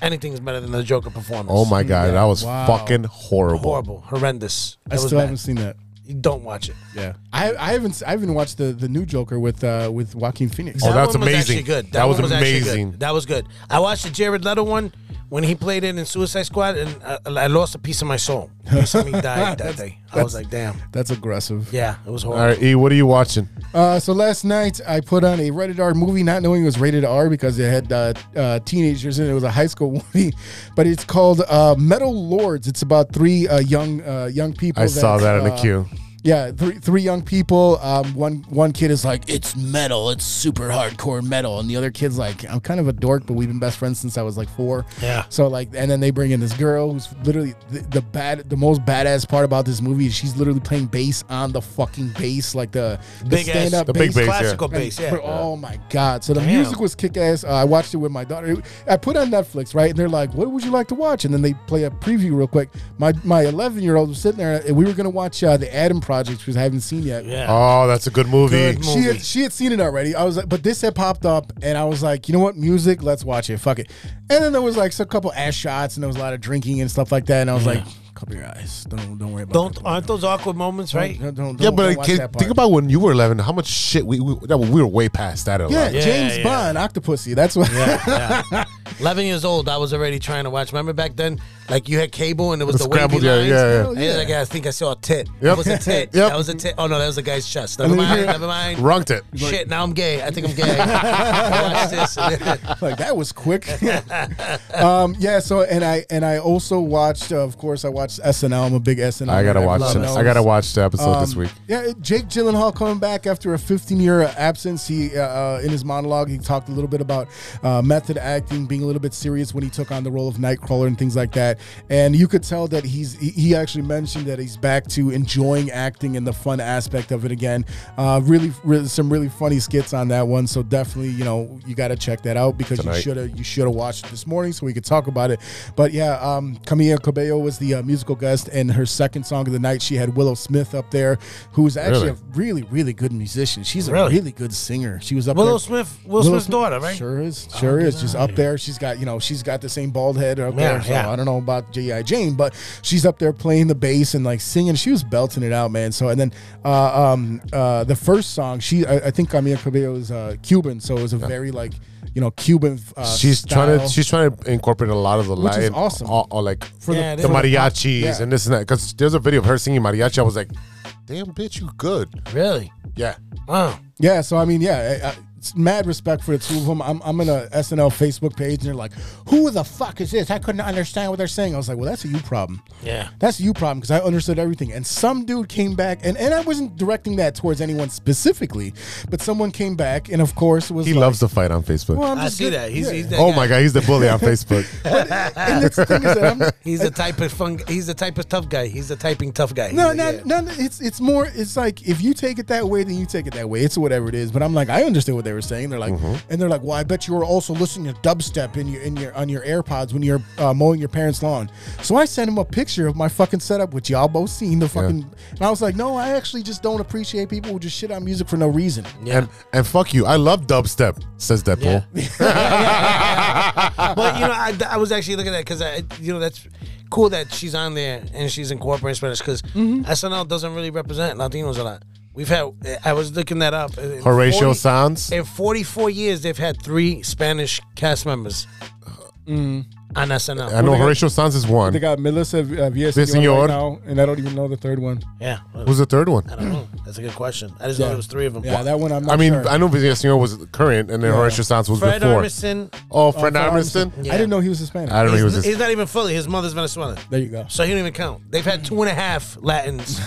Anything's better than the Joker performance.
Oh my god, that was
Wow.
fucking horrible.
Horrible, horrendous.
I
It was
still
bad.
haven't seen that.
You Don't watch it.
Yeah, I, I haven't I haven't watched the, the new Joker with uh, with Joaquin Phoenix.
Oh,
That
that's
one was
amazing.
actually good. That,
That was
one was actually
amazing.
Good. That was good. I watched the Jared Leto one when he played it in Suicide Squad, and I, I lost a piece of my soul. A Piece of me
[laughs]
died that day. I was like, damn.
That's aggressive.
Yeah, it was
All
horrible.
right, E, what are you watching?
Uh, so last night I put on a rated R movie, not knowing it was rated R because it had uh, uh, teenagers in it. It was a high school [laughs] movie, but it's called uh, Metal Lords. It's about three uh, young uh, young people.
I saw that in the
uh,
queue.
Yeah, three three young people. Um, one one kid is like, "It's metal. It's super hardcore metal," and the other kid's like, "I'm kind of a dork, but we've been best friends since I was like four.
Yeah.
So like, and then they bring in this girl who's literally the, the bad, the most badass part about this movie is she's literally playing bass on the fucking bass, like the, the
Big ass-
stand-up
the big bass, yeah.
Classical bass,
and-
yeah.
but, Oh my god! So the
Damn.
music was kick ass. Uh, I watched it with my daughter. I put on Netflix, right? And they're like, "What would you like to watch?" And then they play a preview real quick. My my 11 year old was sitting there, and we were gonna watch uh, the Adam Project, which I haven't seen yet.
Yeah.
Oh, that's a good movie.
Good mo-
She
movie.
had, she had seen it already. I was like, but this had popped up, and I was like, you know what, music, let's watch it. Fuck it. And then there was like a couple ass shots, and there was a lot of drinking and stuff like that. And I was like, cover your eyes, don't don't worry about
Don't
that.
aren't those awkward moments, right?
Don't, don't,
yeah,
don't- don't
but
watch
can-
that part.
think about when you were 11, how much shit we we, that, we were way past that.
yeah,
11.
James
yeah.
Bond, Octopussy. That's what.
Yeah. Eleven years old, I was already trying to watch. Remember back then, Like you had cable and it was
The
the, wavy
scrambled- yeah,
lines.
yeah, yeah.
And you're like, I think I saw a tit.
Yep.
That
[laughs]
was a tit.
Yep.
That was a tit. Oh no, that was a guy's chest. Never mind.
[laughs]
Never mind.
Runked it.
Shit, now I'm gay. I think
[laughs]
I'm gay. Watch this. [laughs]
like that was quick. [laughs] um, yeah. So and I and I also watched, uh, of course, I watched SNL. I'm a big SNL.
I gotta
man.
watch.
Everyone
I
knows.
gotta watch the episode this
Um,
week.
Yeah, Jake Gyllenhaal coming back after a 15 year absence. He uh, uh, in his monologue he talked a little bit about uh, method acting, being a little bit serious when he took on the role of Nightcrawler and things like that. And you could tell that he's he- he actually mentioned that he's back to enjoying acting and the fun aspect of it again. Uh, really, really, some really funny skits on that one. So definitely, you know, you got to check that out because you
Tonight.
should have you should have watched it this morning so we could talk about it. But yeah, um, Camila Cabello was the uh, musical guest, and her second song of the night, she had Willow Smith up there, who's actually
Really?
a really, really good musician. She's a
Really?
really good singer. She was up
Willow
there.
Smith, Will
Willow
Smith's
Smith-
daughter, right?
Sure is, sure is. Just up there. She's got, you know, she's got the same bald head up
Yeah,
there. So
yeah.
I don't know about G.I. Jane, but she's up there playing the bass and like singing. She was belting it out, man. So and then uh, um, uh, the first song, she I, I think Camila Cabello is uh, Cuban, so it was a very like you know Cuban. Uh,
She's trying to
style.
she's trying to incorporate a lot of the
Which is
Latin,
awesome.
or, or like
For
Yeah,
the,
it
the
is.
mariachis
yeah.
and this and that. Because there's a video of her singing mariachi. I was like, damn bitch, you good.
Really?
Yeah,
Wow.
Yeah, so I mean, yeah, I, I, it's mad respect for the two of them. I'm, I'm in a SNL Facebook page, and they're like, "Who the fuck is this?" I couldn't understand what they're saying. I was like, "Well, that's a you problem."
Yeah.
that's a you problem because I understood everything. And some dude came back, and, and I wasn't directing that towards anyone specifically, but someone came back, and of course was
he
like,
loves to fight on Facebook.
Well, I'm
I
just
see
good-
that. He's,
yeah.
he's that
oh
guy.
my god, he's the bully on [laughs] Facebook.
And that's the thing is that
[laughs]
I'm,
He's the type of fun. He's the type of tough guy. He's the typing tough guy.
No,
He's
no,
like, yeah.
no. no, It's it's more. It's like if you take it that way, then you take it that way. It's whatever it is. But I'm like, I understood what they were saying. They're like, and they're like, well, I bet you were also listening to dubstep in your in your on your AirPods when you're uh, mowing your parents' lawn. So I sent him a picture of my fucking setup, which y'all both seen the fucking. And I was like, no, I actually just don't appreciate people who just shit on music for no reason.
And and fuck you, I love dubstep. Says Deadpool. [laughs]
[laughs] but you know, I, I was actually looking at because I, you know, that's cool that she's on there and she's incorporating Spanish because
Mm-hmm.
SNL doesn't really represent Latinos a lot. We've had. I was looking that up. In
Horatio
40
Sanz.
In 44 years, they've had three Spanish cast members
Mm.
on SNL.
I know Horatio Sanz is one.
They got Melissa uh,
Villaseñor.
Villaseñor right now, and I don't even know the third one.
yeah,
Who's the third one?
I don't know. That's a good question. I just know
Yeah.
there was three of them.
Yeah, that one I'm. Not
I mean,
sure.
I know Villaseñor was current, and then Horatio Sanz was
Fred
before.
Armisen.
Oh, Fred
Fred
Armisen.
Armisen. I didn't know he was Hispanic.
I don't know. He was
He's,
just,
he's not even fully. His mother's Venezuelan.
there you go.
So he don't even count. They've had two and a half Latins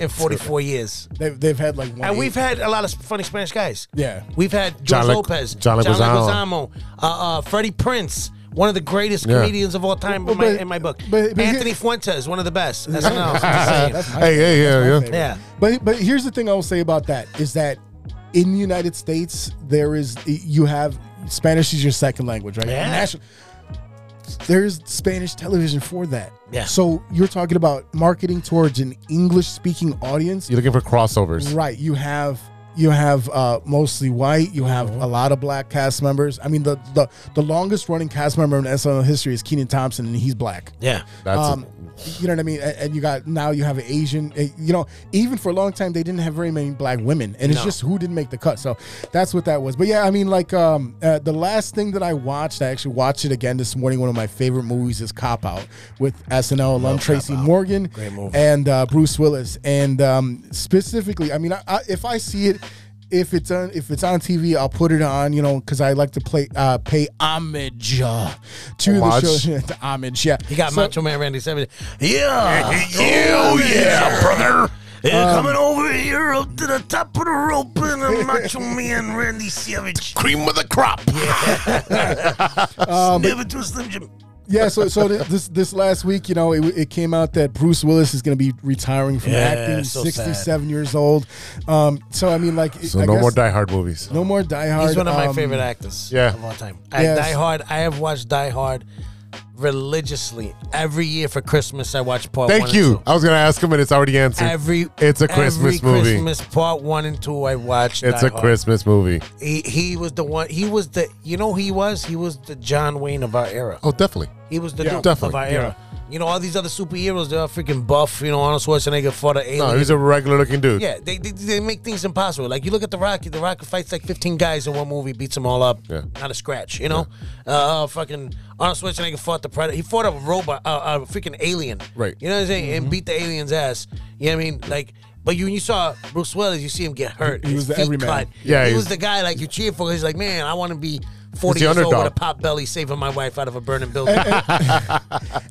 in 44 years.
They've, they've had like one.
And
eight.
we've had a lot of funny Spanish guys.
Yeah.
We've had George
John Leg-
Lopez,
John Leguizamo.
Leguizamo, uh, uh, Freddie Prince, one of the greatest
Yeah.
comedians of all time in,
But-
my, in my book.
but- but
Anthony
here-
Fuentes, one of the best. That's enough. Just saying.
hey, hey, yeah, yeah.
favorite.
Yeah.
But but here's the thing I'll say about that is that in the United States there is you have Spanish is your second language, right?
Yeah.
National- there's Spanish television for that.
Yeah.
So you're talking about marketing towards an English speaking audience.
You're looking for crossovers.
Right. You have you have uh, mostly white. You have a lot of black cast members. I mean, the the, the longest running cast member in SNL history is Keenan Thompson, and he's black.
Yeah.
That's
Um, you know what I mean? A- And, you got now you have an Asian. eh, You know, even for a long time they didn't have very many black women, and it's
No.
just who didn't make the cut. So that's what that was. But yeah, I mean, like um, uh, the last thing that I watched, I actually watched it again this morning. One of my favorite movies is Cop Out with SNL alum Tracy Morgan and uh, Bruce Willis. And um, specifically, I mean, I, I, if I see it. If it's on if it's on TV, I'll put it on, you know, because I like to play uh, pay homage uh, to
Homage?
the show. [laughs] to homage, yeah.
He got
So-
Macho Man Randy Savage. Yeah.
Oh, yeah, brother.
They're coming over here up to the top of the rope and I'm Macho Man Randy Savage.
Cream of the crop.
Never too slim, Jim.
yeah, so so th- this this last week, you know, it, it came out that Bruce Willis is going to be retiring from
Yeah,
acting,
so sad.
sixty-seven years old. Um, so I mean, like,
so
I
no
guess
more Die Hard movies.
no more Die Hard.
He's one of my
um,
favorite actors.
Yeah.
of all time. I,
Yes.
Die Hard. I have watched Die Hard religiously every year for Christmas. I watch part. one
Thank
and
you.
two.
I was gonna ask him, and it's already answered.
Every
it's a Christmas
every
movie.
Christmas part one and two. I watched.
It's
Die
a
Hard.
Christmas movie.
He, he was the one. He was the. You know who he was. He was the John Wayne of our era.
Oh, definitely.
He was the
Yeah,
Duke
definitely,
of our era. You know, all these other superheroes, they're all freaking buff. You know, Arnold Schwarzenegger fought an alien.
No, he's a regular looking dude.
yeah, they, they they make things impossible. Like you look at the Rocky, the Rocky fights like 15 guys in one movie, beats them all up,
Yeah.
not a scratch. You know, uh, uh, fucking Arnold Schwarzenegger fought the Predator. He fought a robot, uh, a freaking alien.
Right.
You know what I'm saying?
Mm-hmm.
And beat the alien's ass. You know what I mean? Like. But you, when you saw Bruce Willis, you see him get hurt.
He- he
his
was the
feet
everyman.
cut.
Yeah,
he
he's-
was the guy like you cheer for. He's like, man, I want to be 40
He's
years
the
old with a
underdog.
pop belly, saving my wife out of a burning building.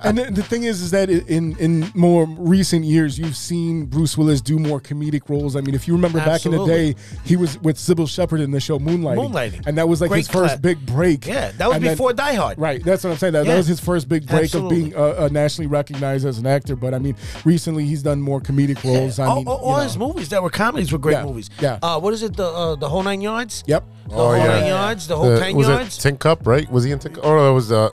And the, the thing is, is that i- in in more recent years, you've seen Bruce Willis do more comedic roles. I mean, if you remember back in the
Absolutely.
day, he was with Sybil Shepherd in the show Moonlighting,
Moonlighting.
and that was like
Great
his first
clap.
big break.
Yeah, that was
And then-
before Die Hard.
Right, that's what I'm saying. That, that
Yeah.
was his first big break
Absolutely.
of being uh, uh, nationally recognized as an actor. But I mean, recently he's done more comedic roles. I
all,
mean,
all-
you
Oh, all
know.
his movies that were comedies were great
Yeah,
movies.
yeah.
Uh, what is it? The uh, the whole nine yards.
Yep.
The
Oh,
whole
yeah.
nine yards. The whole
Uh,
ten
was
yards.
it Tin Cup, right? Was he in Tin Cup? Or it was uh,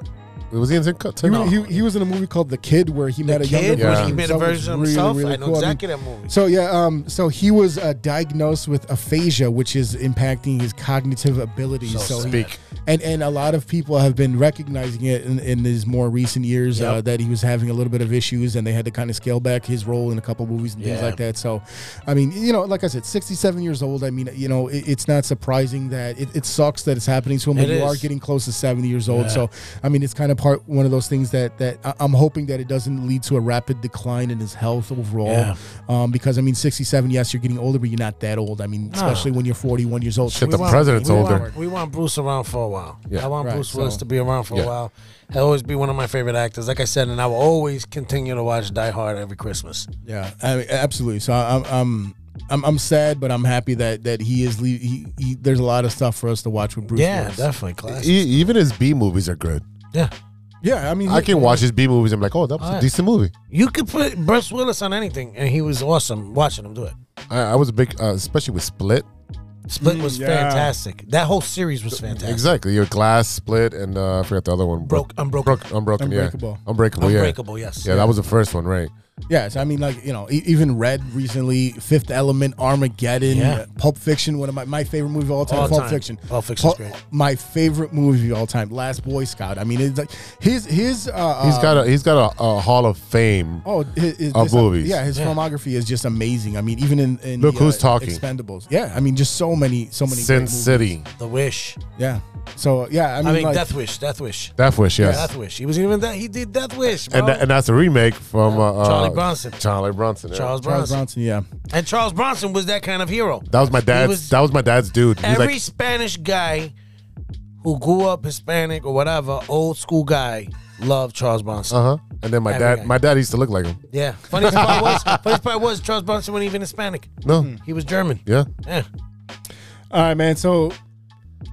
was he in Tin Cup?
He,
Tin Cup?
he, he was in a movie called The Kid where he met a younger
Kid,
version.
where he
of
made a
himself. It was
version of
really,
himself?
really
I know
cool.
exactly that movie.
So yeah, um, so he was uh, diagnosed with aphasia, which is impacting his cognitive abilities. So, he-
speak.
and and a lot of people have been recognizing it in, in his more recent years uh, that he was having a little bit of issues, and they had to kind of scale back his role in a couple movies and things
Yeah.
like that. So, I mean, you know, like I said, sixty-seven years old. I mean, you know, it, it's not surprising that it, it sucks that it's happening to him. But
It
you are
is.
getting close to seventy years old. So, I mean, it's kind of part one of those things that that I- I'm hoping that it doesn't lead to a rapid decline in his health overall.
Yeah.
Um, because I mean, sixty-seven. Yes, you're getting older, but you're not that old. I mean, especially when you're forty-one years old.
Shit,
We
the
want-
president's
we want-
older.
we want Bruce around for a while.
Yeah.
I want
Right,
Bruce Willis
so-
to be around for
Yeah.
a while. He'll always be one of my favorite actors. Like I said, and I will always continue to watch Die Hard every Christmas.
Yeah, I mean, absolutely. So I- I'm, I'm, I'm, I'm sad, but I'm happy that that he is. Le- he, he, there's a lot of stuff for us to watch with Bruce.
yeah,
Willis.
definitely classic.
E- even his B movies are good.
yeah,
yeah. I mean,
I can watch his B movies. I'm like, oh, that was a
Alright.
decent movie.
you could put Bruce Willis on anything, and he was awesome watching him do it.
I, I was a big, uh, especially with Split.
Split
Mm,
was
yeah.
fantastic. That whole series was fantastic.
Exactly. Your Glass, Split, and uh, I forgot the other one.
Broke, unbroken,
Broke- Unbroken.
Unbreakable.
Yeah. Unbreakable. Yeah.
unbreakable. Yes.
Yeah, that was the first one, right?
Yes, I mean, like you know, e- even Red recently, Fifth Element, Armageddon,
Yeah.
Pulp Fiction, one of my, my favorite movie of all time.
All
Pulp
time.
Fiction,
Pulp Fiction's great.
My favorite movie of all time, Last Boy Scout. I mean, it's like his his uh,
He's
uh,
got a he's got a, a Hall of Fame.
Oh, his, his,
Of
just-
movies.
Yeah, his
Yeah.
filmography is just amazing. I mean, even in, in
Look
the, uh,
who's talking.
Expendables. Yeah, I mean, just so many, so many. great
Sin
movies.
City,
The Wish.
Yeah. So yeah, I mean,
I mean,
like,
Death Wish. Death Wish.
Death Wish, yes,
Death Wish. He was even that. He did Death Wish, bro.
and tha- and that's a remake from uh, uh,
Charlie Bronson.
Charlie Bronson. yeah.
Charles
Charles
Bronson.
Bronson. Yeah.
And Charles Bronson was that kind of hero.
That was my dad's.
was-
that was my dad's dude. He's
Every
like,
Spanish guy who grew up Hispanic or whatever, old school guy, loved Charles Bronson.
uh huh. And then my
Every
dad,
guy.
my dad used to look like him.
Yeah. Funniest
[laughs]
part was, funniest part was Charles Bronson wasn't even Hispanic.
No,
Mm-hmm.
He was German.
yeah.
Yeah.
All right, man. So,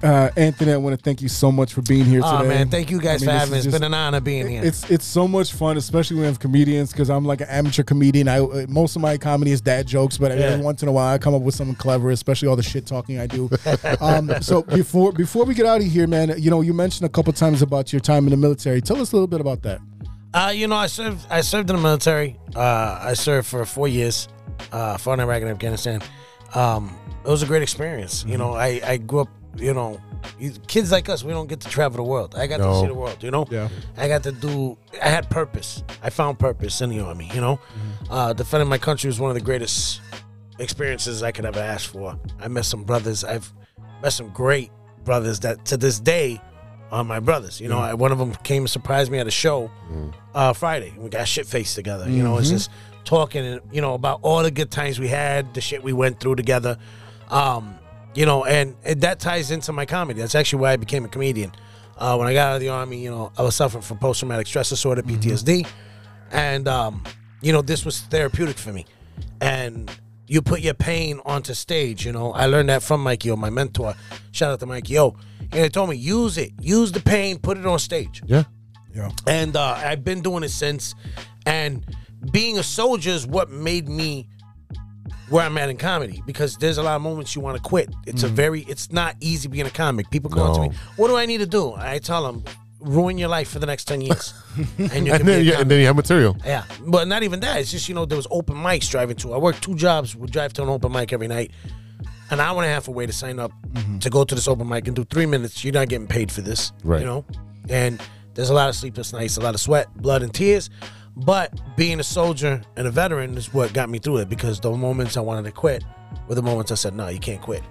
uh, Anthony, I want to thank you so much for being here
Oh
today.
man, thank you guys
I mean,
for
this
having me.
is
It's
just-
been an honor being here.
It's it's so much fun, especially when we have comedians, because I'm like an amateur comedian. I uh, most of my comedy is dad jokes, but every
Yeah.
once in a while I come up with something clever, especially all the shit talking I do. um, so before before we get out of here, man, you know, you mentioned a couple times about your time in the military. Tell us a little bit about that.
Uh, you know, I served. I served in the military. Uh, I served for four years, uh, fought in Iraq and Afghanistan. Um, it was a great experience. You know, I, I grew up. You know, you- kids like us, we don't get to travel the world. I got to
No.
see the world. You know,
Yeah.
I got to do. I had purpose. I found purpose in the army. You know, uh, defending my country was one of the greatest experiences I could ever ask for. I met some brothers. I've met some great brothers that to this day are my brothers. You know, I, one of them came and surprised me at a show uh, Friday. We got shit faced together. You know, it's just talking, and you know, about all the good times we had, the shit we went through together. Um, you know, and, and that ties into my comedy. That's actually why I became a comedian. Uh, when I got out of the army, you know, I was suffering from post traumatic stress disorder, PTSD and um, you know this was therapeutic for me and you put your pain onto stage you know i learned that from mike yo my mentor shout out to mike yo and he told me use it use the pain put it on stage
Yeah.
and uh, i've been doing it since and being a soldier is what made me where i'm at in comedy because there's a lot of moments you want to quit it's a very it's not easy being a comic people come up
Mm-hmm. No.
to me what do i need to do i tell them ruin your life for the next 10
[laughs]
years and you can
And
be a
then, yeah,
comic.
and then you have material.
Yeah, but not even that. It's just you know there was open mics driving to. I worked two jobs. Would drive to an open mic every night. An hour and a half away to sign up
Mm-hmm.
to go to this open mic and do three minutes. You're not getting paid for this,
Right.
You know, and there's a lot of sleepless nights, a lot of sweat, blood, and tears. But being a soldier and a veteran is what got me through it because the moments I wanted to quit were the moments I said, no, you can't quit.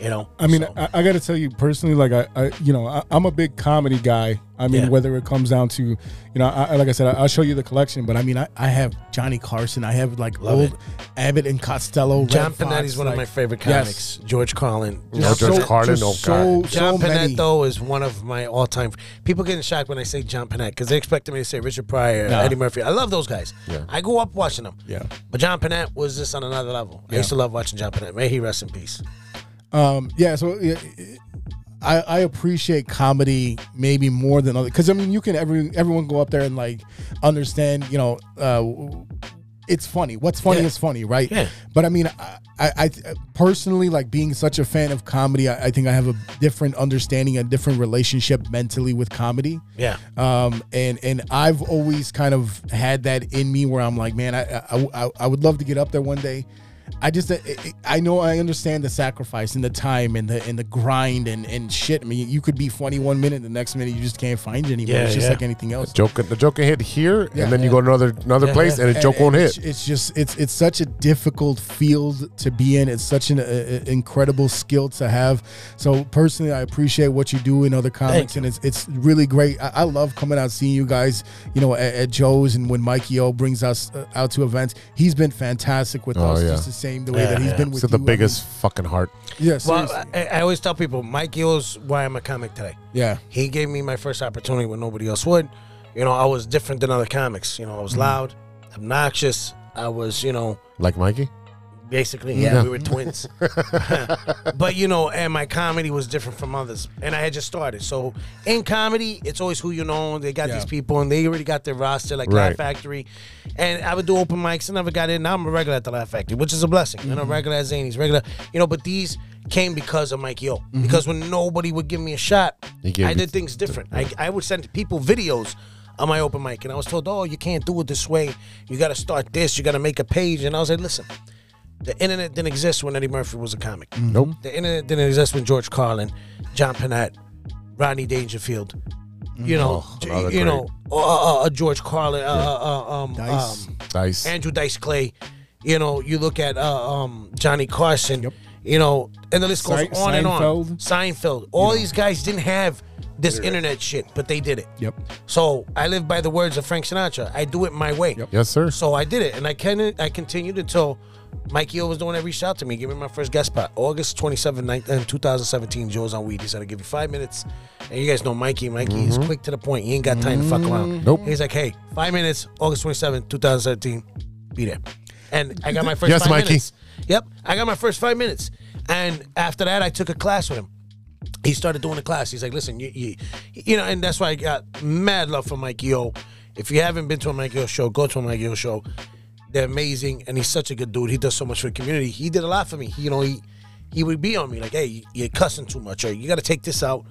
You know?
I mean, uh,
So,
I, I got to tell you personally, like I, I you know, I, I'm a big comedy guy. I mean,
Yeah.
whether it comes down to, you know, I, I- like I said, I, I'll show you the collection, but I mean, I, I have Johnny Carson, I have like old Abbott and Costello.
John
Red Fox,
Panetti's one
like-
of my favorite
Yes.
comics. George Carlin.
No George Carlin,
just
no
so,
God.
so
John
many.
Panette though is one of my all time. People getting shocked when I say John Panette because they expected me to say Richard Pryor, Eddie Murphy. I love those guys. I grew up watching them.
Yeah.
But John Panette was just on another level. I used to love watching John Panette. May he rest in peace.
Um, yeah, so yeah, I, I appreciate comedy maybe more than other because I mean you can every everyone go up there and like understand you know uh, it's funny what's funny
Yeah.
is funny right
Yeah.
but I mean I, I, I personally like being such a fan of comedy I, I think I have a different understanding a different relationship mentally with comedy
Yeah.
um, and and I've always kind of had that in me where I'm like, man, I I, I, I would love to get up there one day. I just I- I know I understand the sacrifice and the time and the and the grind and and shit. I mean, you could be funny one minute, the next minute you just can't find it anymore.
Yeah,
it's just
yeah.
like anything else.
Joke, the joke can hit here,
Yeah,
and then
yeah.
you go to another another
Yeah,
place,
yeah.
and the joke
And-
won't
and
hit.
It's, it's just it's it's such a difficult field to be in. It's such an uh, uh, incredible skill to have. So personally, I appreciate what you do in other comics, and it's it's really great. I, I love coming out seeing you guys. You know, at, at Joe's and when Mikey O brings us uh, out to events, he's been fantastic with
Oh,
us.
yeah.
Just the same the way
Yeah,
that he's
yeah.
been with
It's got the
you. I
biggest fucking heart.
mean, yeah,
Well, uh,
seriously.
I, I always tell people Mike Yo's why I'm a comic today.
yeah,
He gave me my first opportunity when nobody else would. You know, I was different than other comics. You know, I
Mm-hmm.
was loud, obnoxious. I was, you know,
Like Mikey?
Basically, yeah, we were twins. [laughs] but you know, and my comedy was different from others, and I had just started. So in comedy, it's always who you know. They got
Yeah.
these people, and they already got their roster, like
Right.
Laugh Factory. And I would do open mics, and never got in. Now I'm a regular at the Laugh Factory, which is a blessing. And I'm regular at Zany's, regular, you know. But these came because of Mike Yo, because when nobody would give me a shot,
He gave
I
you
did things different. I, I would send people videos on my open mic, and I was told, "Oh, you can't do it this way. You got to start this. You got to make a page." And I was like, "Listen." The internet didn't exist when Eddie Murphy was a comic.
Mm-hmm.
Nope. The internet didn't exist when George Carlin, John Panette, Rodney Dangerfield,
Mm-hmm.
you know, j-
another
you
great-
know, uh, uh, uh, George Carlin, uh, uh, uh, um,
Dice.
um,
Dice.
Andrew Dice Clay. You know, you look at uh, um, Johnny Carson. You know, and the list goes
Se-
on and on.
Seinfeld.
Seinfeld. All these guys didn't have this internet shit, but they did it.
Yep.
So I live by the words of Frank Sinatra. I do it my way.
Yes, sir.
So I did it, and I can I continued until Mikey O was doing every shout to me, giving me my first guest spot, August 27th, ninth- uh, 2017. Joe's on weed. He said, "I'll give you five minutes." And you guys know Mikey. Mikey is quick to the point. He ain't got time to fuck around.
Mm-hmm. Nope.
He's like, "Hey, five minutes, August 27th, 2017, be there." And I got
[laughs]
my first
Yes,
five
Mikey.
minutes. Yep, I got my first five minutes, and after that, I took a class with him he started doing the class. He's like, listen, you, you, you know, and that's why I got mad love for Mike Yo. If you haven't been to a Mike Yo show, go to a Mike Yo show. They're amazing, and he's such a good dude. He does so much for the community. He did a lot for me. He, you know, he he would be on me like, hey, you're cussing too much, or you got to take this out,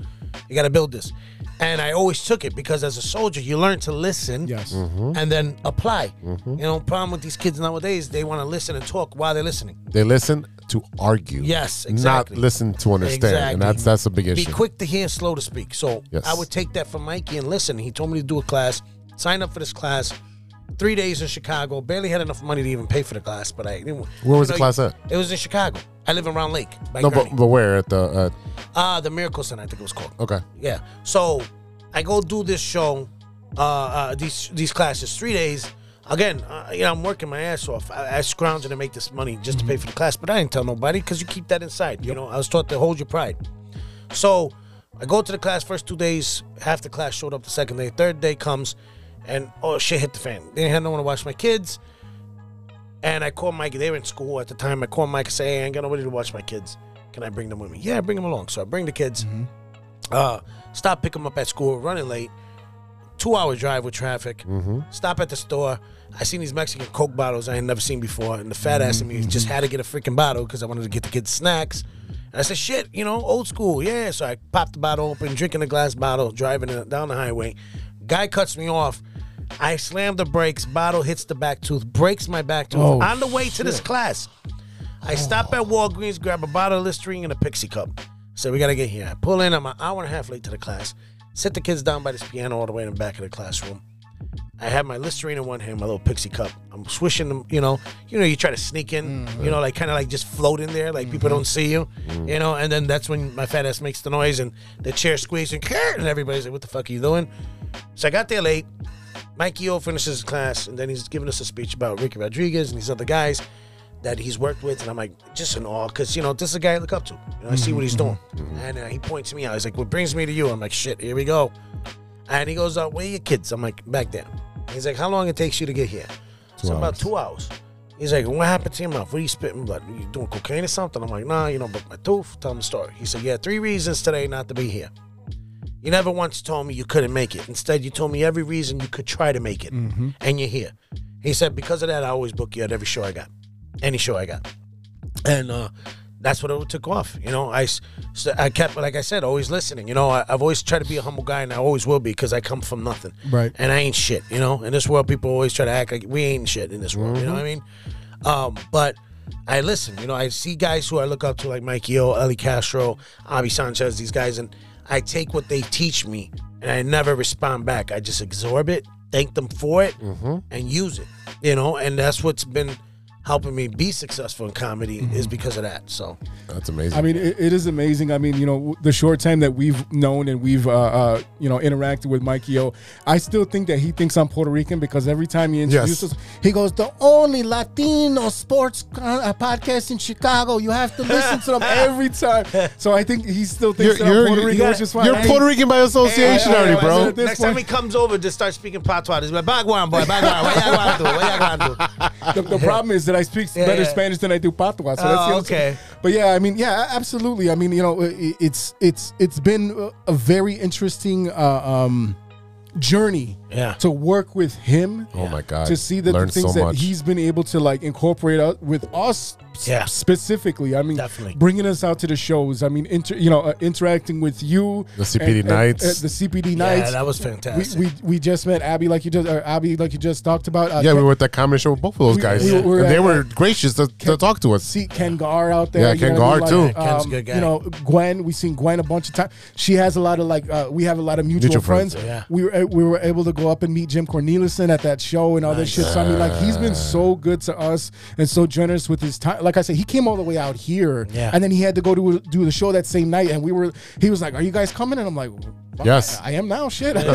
you got to build this. And I always took it because as a soldier, you learn to listen
Yes.
Mm.
and then apply. You know, problem with these kids nowadays, they want to listen and talk while they're listening.
They listen to argue.
Yes, exactly.
Not listen to understand. And
Exactly.
that's that's a big issue.
Be quick to hear and slow to speak. So
Yes.
I would take that from Mikey and listen. He told me to do a class, sign up for this class. Three days in Chicago. Barely had enough money to even pay for the class, but I. Where
Where was the class at?
It was in Chicago. I live in Round Lake. By
No, but,
Gurney.
but where at the
Ah, the Miracle Center, I think it was called.
uh, okay?
Yeah. So I go do this show, uh, uh these these classes, three days. Again, uh, you know, I'm working my ass off. I, I scrounging to make this money just to pay for the class, but I didn't tell nobody because you keep that inside. You know, I was taught to hold your pride. So I go to the class first two days. Half the class showed up the second day. Third day comes, and oh shit hit the fan. They didn't have no one to watch my kids. And I called Mike. They were in school at the time. I called Mike and say, "Hey, I ain't got nobody to watch my kids. Can I bring them with me?" Yeah, bring them along. So I bring the kids. Uh, stop, pick them up at school. Running late. Two hour drive with traffic. Stop at the store. I seen these Mexican Coke bottles I had never seen before, and the fat ass in me just had to get a freaking bottle because I wanted to get the kids snacks. And I said, "Shit, you know, old school, yeah." So I popped the bottle open, drinking the glass bottle, driving it down the highway. Guy cuts me off. I slam the brakes. Bottle hits the back tooth, breaks my back tooth.
Oh,
on the way to this class, I stop at Walgreens, grab a bottle of Listerine and a Pixie cup. So we gotta get here. I pull in. I'm an hour and a half late to the class. Sit the kids down by this piano all the way in the back of the classroom. I had my Listerine in one hand, my little Pixie cup. I'm swishing them, you know. You know, you try to sneak in, you know, like kind of like just float in there, like people don't see you, you know. And then that's when my fat ass makes the noise and the chair squeaks and, and everybody's like, "What the fuck are you doing?" So I got there late. Mikey O finishes his class, and then he's giving us a speech about Ricky Rodriguez and these other guys that he's worked with. And I'm like, just in awe, because, you know, this is a guy I look up to. You know, I see what he's doing. And uh, he points me out. He's like, what brings me to you? I'm like, shit, here we go. And he goes, uh, where are your kids? I'm like, back there. He's like, how long it takes you to get here? so about
hours.
two hours. He's like, what happened to your mouth? What are you spitting blood? you doing cocaine or something? I'm like, nah, you know, but my tooth. Tell him the story. He said, yeah, three reasons today not to be here. You never once told me you couldn't make it. Instead, you told me every reason you could try to make it, and you're here. He said, because of that, I always book you at every show I got, any show I got, and uh, that's what it took off. You know, I, s- s- I kept like I said, always listening. You know, I, I've always tried to be a humble guy, and I always will be because I come from nothing,
Right.
And I ain't shit. You know, in this world, people always try to act like we ain't shit in this world. You know what I mean? Um, but I listen, you know, I see guys who I look up to like Mikey O, Ellie Castro, Avi Sanchez, these guys, and I take what they teach me and I never respond back. I just absorb it, thank them for it, and use it, you know, and that's what's been helping me be successful in comedy is because of that. So,
That's amazing.
I mean, it, it is amazing. I mean, you know, the short time that we've known and we've, uh, uh, you know, interacted with Mikey O, I still think that he thinks I'm Puerto Rican because every time he introduces
Yes.
us,
He goes, the only Latino sports co- uh, podcast in Chicago. You have to listen
[laughs]
to them every
every time. So I think he still thinks that I'm
you're,
Puerto Rican,
you're-
which is fine.
you're
I think-
Puerto Rican by association
Hey, I- I-
already,
I
bro.
said this
next time
one-
he comes over, just start speaking patois. He's like, Bagwan, boy, Bagwan, what y'all gonna do? What y'all gonna
the,
do?
the problem is that I speak
Yeah,
better
yeah.
Spanish than I do Patois. So
Oh,
that's the other-
okay.
But yeah, I mean, yeah, absolutely. I mean, you know, i- i- it's it's it's been a- a very interesting uh, um, journey.
Yeah.
To work with him.
Oh my God.
To see that the
Learned
things
so
that
much.
he's been able to like incorporate out with us. s-
Yeah.
Specifically, I mean,
Definitely.
bringing us out to the shows. I mean, inter, you know, uh, interacting with you. uh,
The CPD nights.
the CPD
Yeah,
nights.
that was
we,
fantastic.
we we just met Abby like you just or Abby like you just talked about. Uh,
yeah, we were at that comedy show with both of those
We-
guys.
we were
and they
at-
were gracious to, to talk to
[laughs]
us.
see Ken Gar out there.
Yeah,
you
Ken
know what I
Gar,
mean? Like, um,
too.
Yeah, Ken's a good guy.
You know, Gwen. We've seen Gwen a bunch of times. She has a lot of like. Uh, we have a lot of mutual,
Mutual friends,
friends.
yeah.
We were we were able to go up and meet Jim Cornelison at that show and all that shit. So I mean, like he's been so good to us and so generous with his time. Like I said, he came all the way out here,
Yeah.
and then he had to go to do the show that same night. And we were he was like, "Are you guys coming?" And I'm like, "Fuck,
Yes.
I, I am now."
[laughs]
Shit. [laughs]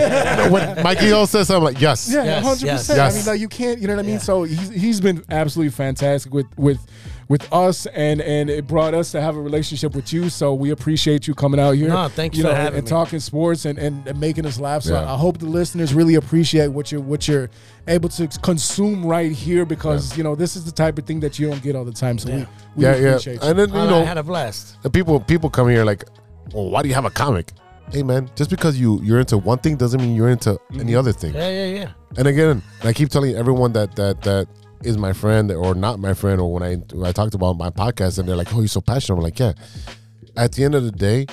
when Mikey O says something I'm like, yes.
Yeah,
Yes,
hundred percent. I
yes.
mean, like you can't, you know what I mean.
Yeah.
So he's he's been absolutely fantastic with with with us, and and it brought us to have a relationship with you. So we appreciate you coming out here.
No, thank you for having
and
me.
talking sports and, and and making us laugh. So
Yeah.
I hope the listeners really appreciate what you're what you're able to consume right here because you know this is the type of thing that you don't get all the time. So we, we
yeah, yeah.
appreciate you.
And then you
Oh,
know,
I had a blast.
And people people come here like, well, why do you have a comic? Hey man, just because you you're into one thing doesn't mean you're into any other thing.
Yeah, yeah, yeah.
And again, I keep telling everyone that that that is my friend or not my friend, or when I when I talked about my podcast and they're like, oh, you're so passionate. I'm like, yeah. At the end of the day,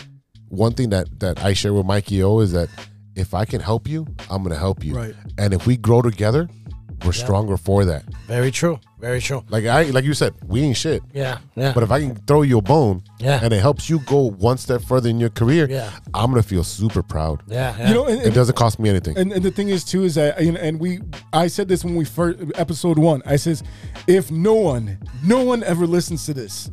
one thing that that I share with Mikey O is that if I can help you, I'm gonna help you.
Right.
And if we grow together, we're stronger for that.
Very true. Very true.
Like I like you said, we ain't shit.
Yeah, yeah.
But if I can throw you a bone
Yeah.
and it helps you go one step further in your career,
Yeah.
I'm gonna feel super proud.
yeah, yeah.
You know, and,
It doesn't cost me anything.
And, and the thing is too is that you know, and we I said this when we first episode one. I says, if no one, no one ever listens to this,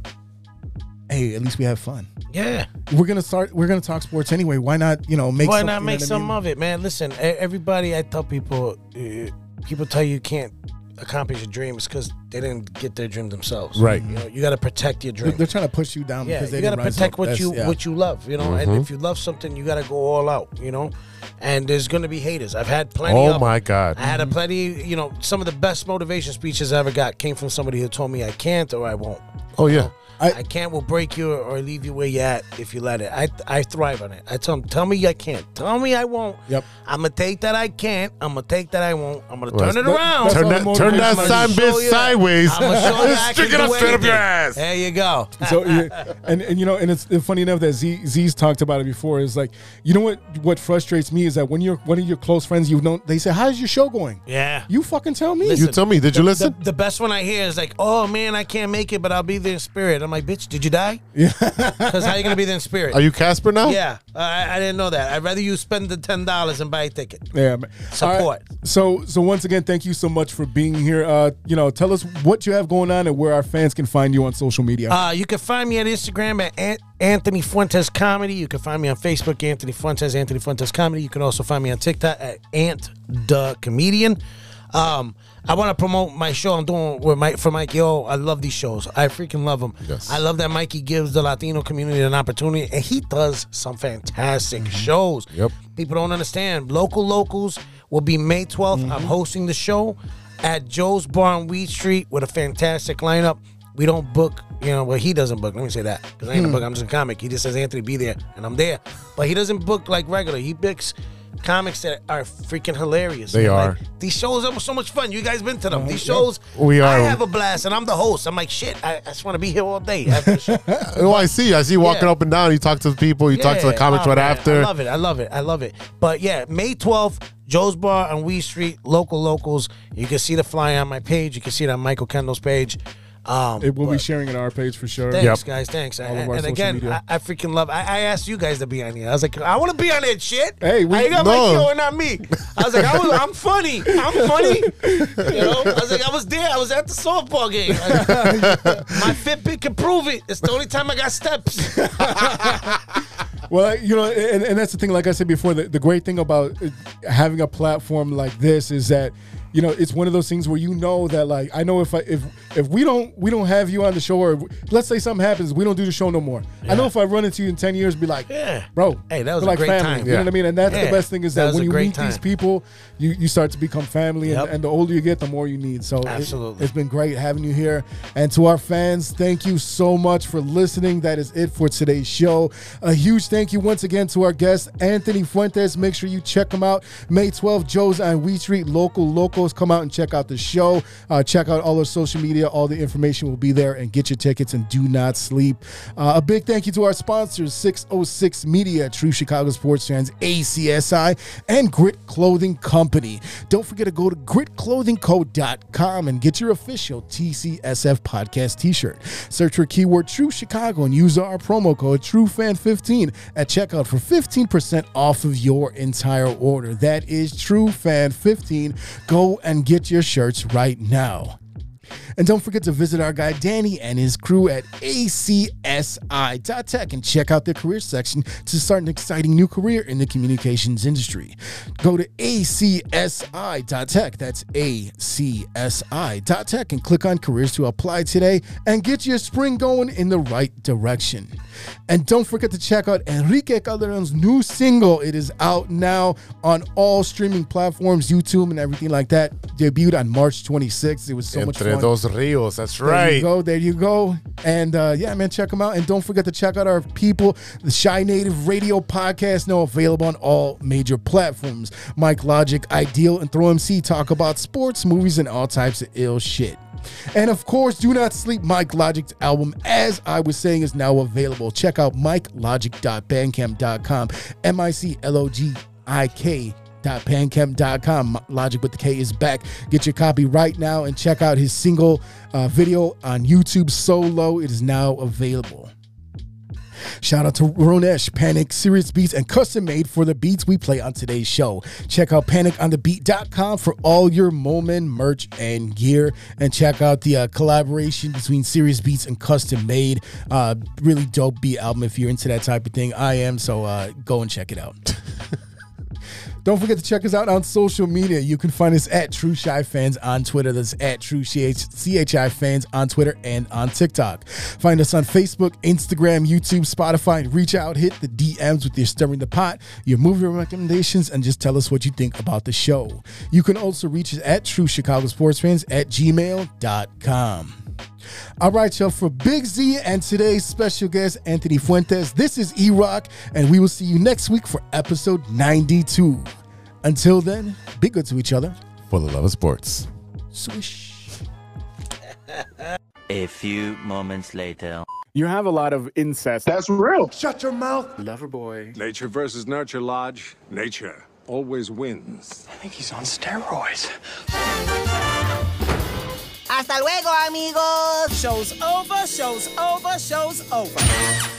hey, at least we have fun.
yeah.
We're gonna start. We're gonna talk sports anyway. Why not? You know, make
Why
some-
not
you know
make
what I
some
mean?
of it, man? Listen, e- everybody, I tell people, uh, people tell you you can't accomplish your dreams because they didn't get their dream themselves.
Right.
You know, you got to protect your
They're,
dream.
they're trying to push you down
yeah,
because they
you got to
didn't rise
protect
up.
what
That's-
you
yeah. Mm-hmm.
what you love, you know. And if you love something, you got to go all out, you know. And there's gonna be haters. I've had plenty.
Oh
of
my
them.
God.
I had
Mm-hmm.
a plenty. You know, some of the best motivation speeches I ever got came from somebody who told me I can't or I won't.
oh yeah.
I-
I, can't will break you or leave you where you're at if you let it. I I thrive on it. I tell them, tell me I can't. Tell me I won't.
Yep.
I'm gonna take that I can't. I'm gonna take that I won't. I'm gonna
Well,
turn it
that's-
around.
Turn
all
that
the
turn that
motivation
sign
I'm gonna show
bitch
you that.
sideways.
I'm gonna
[laughs]
show you that I
Stick
can
it up
do
straight up your ass.
anything. There you go.
so yeah, and, and you know and it's funny enough that Z, Z's talked about it before is like you know what what frustrates me is that when you're one of your close friends you've known they say how's your show going
Yeah.
you fucking tell me
Listen,
You tell me, did you
the-
listen?
The, the best one I hear is like, "Oh man, I can't make it, but I'll be there in spirit. I'm like, bitch, did you die? [laughs] Yeah. Because how you gonna be there in spirit?
Are you Casper now?
yeah, I, I didn't know that. I'd rather you spend the ten dollars and buy a ticket.
Yeah. man.
Support.
All So, so once again, thank you so much for being here. Uh, you know, tell us what you have going on and where our fans can find you on social media.
Uh, you can find me on Instagram at An- Anthony Fuentes Comedy. You can find me on Facebook, Anthony Fuentes, Anthony Fuentes Comedy. You can also find me on TikTok at Ant the Comedian. Um, I want to promote my show I'm doing with Mike for Mike Yo. I love these shows. I freaking love them.
Yes.
I love that Mikey gives the Latino community an opportunity, and he does some fantastic shows.
Mm-hmm. Yep.
People don't understand. Local locals will be May 12th. I'm
Mm-hmm.
hosting the show at Joe's Bar on Weed Street with a fantastic lineup. We don't book, you know, well, he doesn't book. Let me say that. Because I
Hmm.
ain't a book. I'm just a comic. He just says, Anthony, be there. And I'm there. But he doesn't book like regular. He picks comics that are freaking hilarious.
They
Like,
are.
these shows are so much fun. You guys been to them. These shows,
We
I
are.
have a blast. And I'm the host. I'm like, shit, I, I just want to be here all day after
[laughs]
the show.
Oh, I see. I see you walking
Yeah.
up and down. You talk to the people. You talk to the
Yeah.
comics
Oh,
right
man, I
after.
love it. I love it. I love it. But yeah, May 12th, Joe's Bar on Wee Street, local locals. You can see the flyer on my page. You can see it on Michael Kendall's page. Um,
it will be
but
sharing at our page for sure.
Thanks,
Yep.
guys. Thanks. I,
All of our
and
social
again,
media.
I, I freaking love. I, I asked you guys to be on here. I was like, I want to be on that shit.
Hey, we-
I got
no.
my show and not me. I was like, I was, I'm funny.
[laughs]
I'm funny. You know, I was like, I was there. I was at the softball game. my Fitbit can prove it. It's the only time I got steps.
Well, you know, and, and that's the thing. Like I said before, the, the great thing about uh, having a platform like this is that, you know, it's one of those things where you know that, like, I know if I if if we don't we don't have you on the show, or if, let's say something happens, we don't do the show no more. I know if I run into you in ten years, be like,
Yeah.
bro,
Hey, that was
we're
a
like
great
family.
time.
You know what I mean? And that's
Yeah.
the best thing is
That
that,
was
when
a
you
great
meet these
time.
people, you you start to become family,
Yep.
and, and the older you get, the more you need. So it-
Absolutely.
it's been great having you here. And to our fans, thank you so much for listening. That is it for today's show. A huge thank you once again to our guest, Anthony Fuentes. Make sure you check him out. May 12th, Joe's on Wheat Street. Local locals, come out and check out the show. Uh, check out all our social media. All the information will be there and get your tickets and do not sleep. Uh, a big thank you to our sponsors, 606 Media, True Chicago Sports Fans, ACSI, and Grit Clothing Company. Don't forget to go to gritclothingco.com and get your official TCSF podcast t shirt. Search for keyword True Chicago and use our promo code TrueFan15 at checkout for 15% off of your entire order. That is TrueFan15. Go and get your shirts right now. And don't forget to visit our guy Danny and his crew at acsi.tech and check out their career section to start an exciting new career in the communications industry. Go to acsi.tech, that's acsi.tech, and click on careers to apply today and get your spring going in the right direction. And don't forget to check out Enrique Calderon's new single. It is out now on all streaming platforms, YouTube, and everything like that. Debuted on March 26th. It was so much
Entre
fun.
dos rios. That's
There you
right.
go. There you go. And uh, yeah, man, check them out. And don't forget to check out our people, the Shy Native Radio Podcast, now available on all major platforms. Mike Logic, Ideal, and Throw MC talk about sports, movies, and all types of ill shit. And of course, Do Not Sleep, Mike Logic's album, as I was saying, is now available. Check out mikelogic.bandcamp.com, M I C L O G I K bandcamp.com logic with the k is back get your copy right now and check out his single uh, video on youtube solo it is now available Shout out to Ronesh, Panic, Serious Beats, and Custom Made for the beats we play on today's show. Check out paniconthebeat.com for all your moment merch and gear. And check out the uh, collaboration between Serious Beats and Custom Made. Uh, really dope beat album if you're into that type of thing. I am, so uh, go and check it out. Don't forget to check us out on social media. You can find us at True Shy Fans on Twitter. That's at True CH CHI Fans on Twitter and on TikTok. Find us on Facebook, Instagram, YouTube, Spotify, and reach out, hit the DMs with your stirring the pot, your movie recommendations, and just tell us what you think about the show. You can also reach us at True Chicago Sports Fans at gmail.com. All right, y'all, for Big Z and today's special guest, Anthony Fuentes, this is E Rock, and we will see you next week for episode 92. Until then, be good to each other.
For the love of sports.
Swish.
A few moments later.
You have a lot of incest. That's
Lover boy.
Nature versus nurture, Lodge. Nature always wins.
I think he's on steroids.
Hasta luego, amigos. Show's over, show's over, show's over.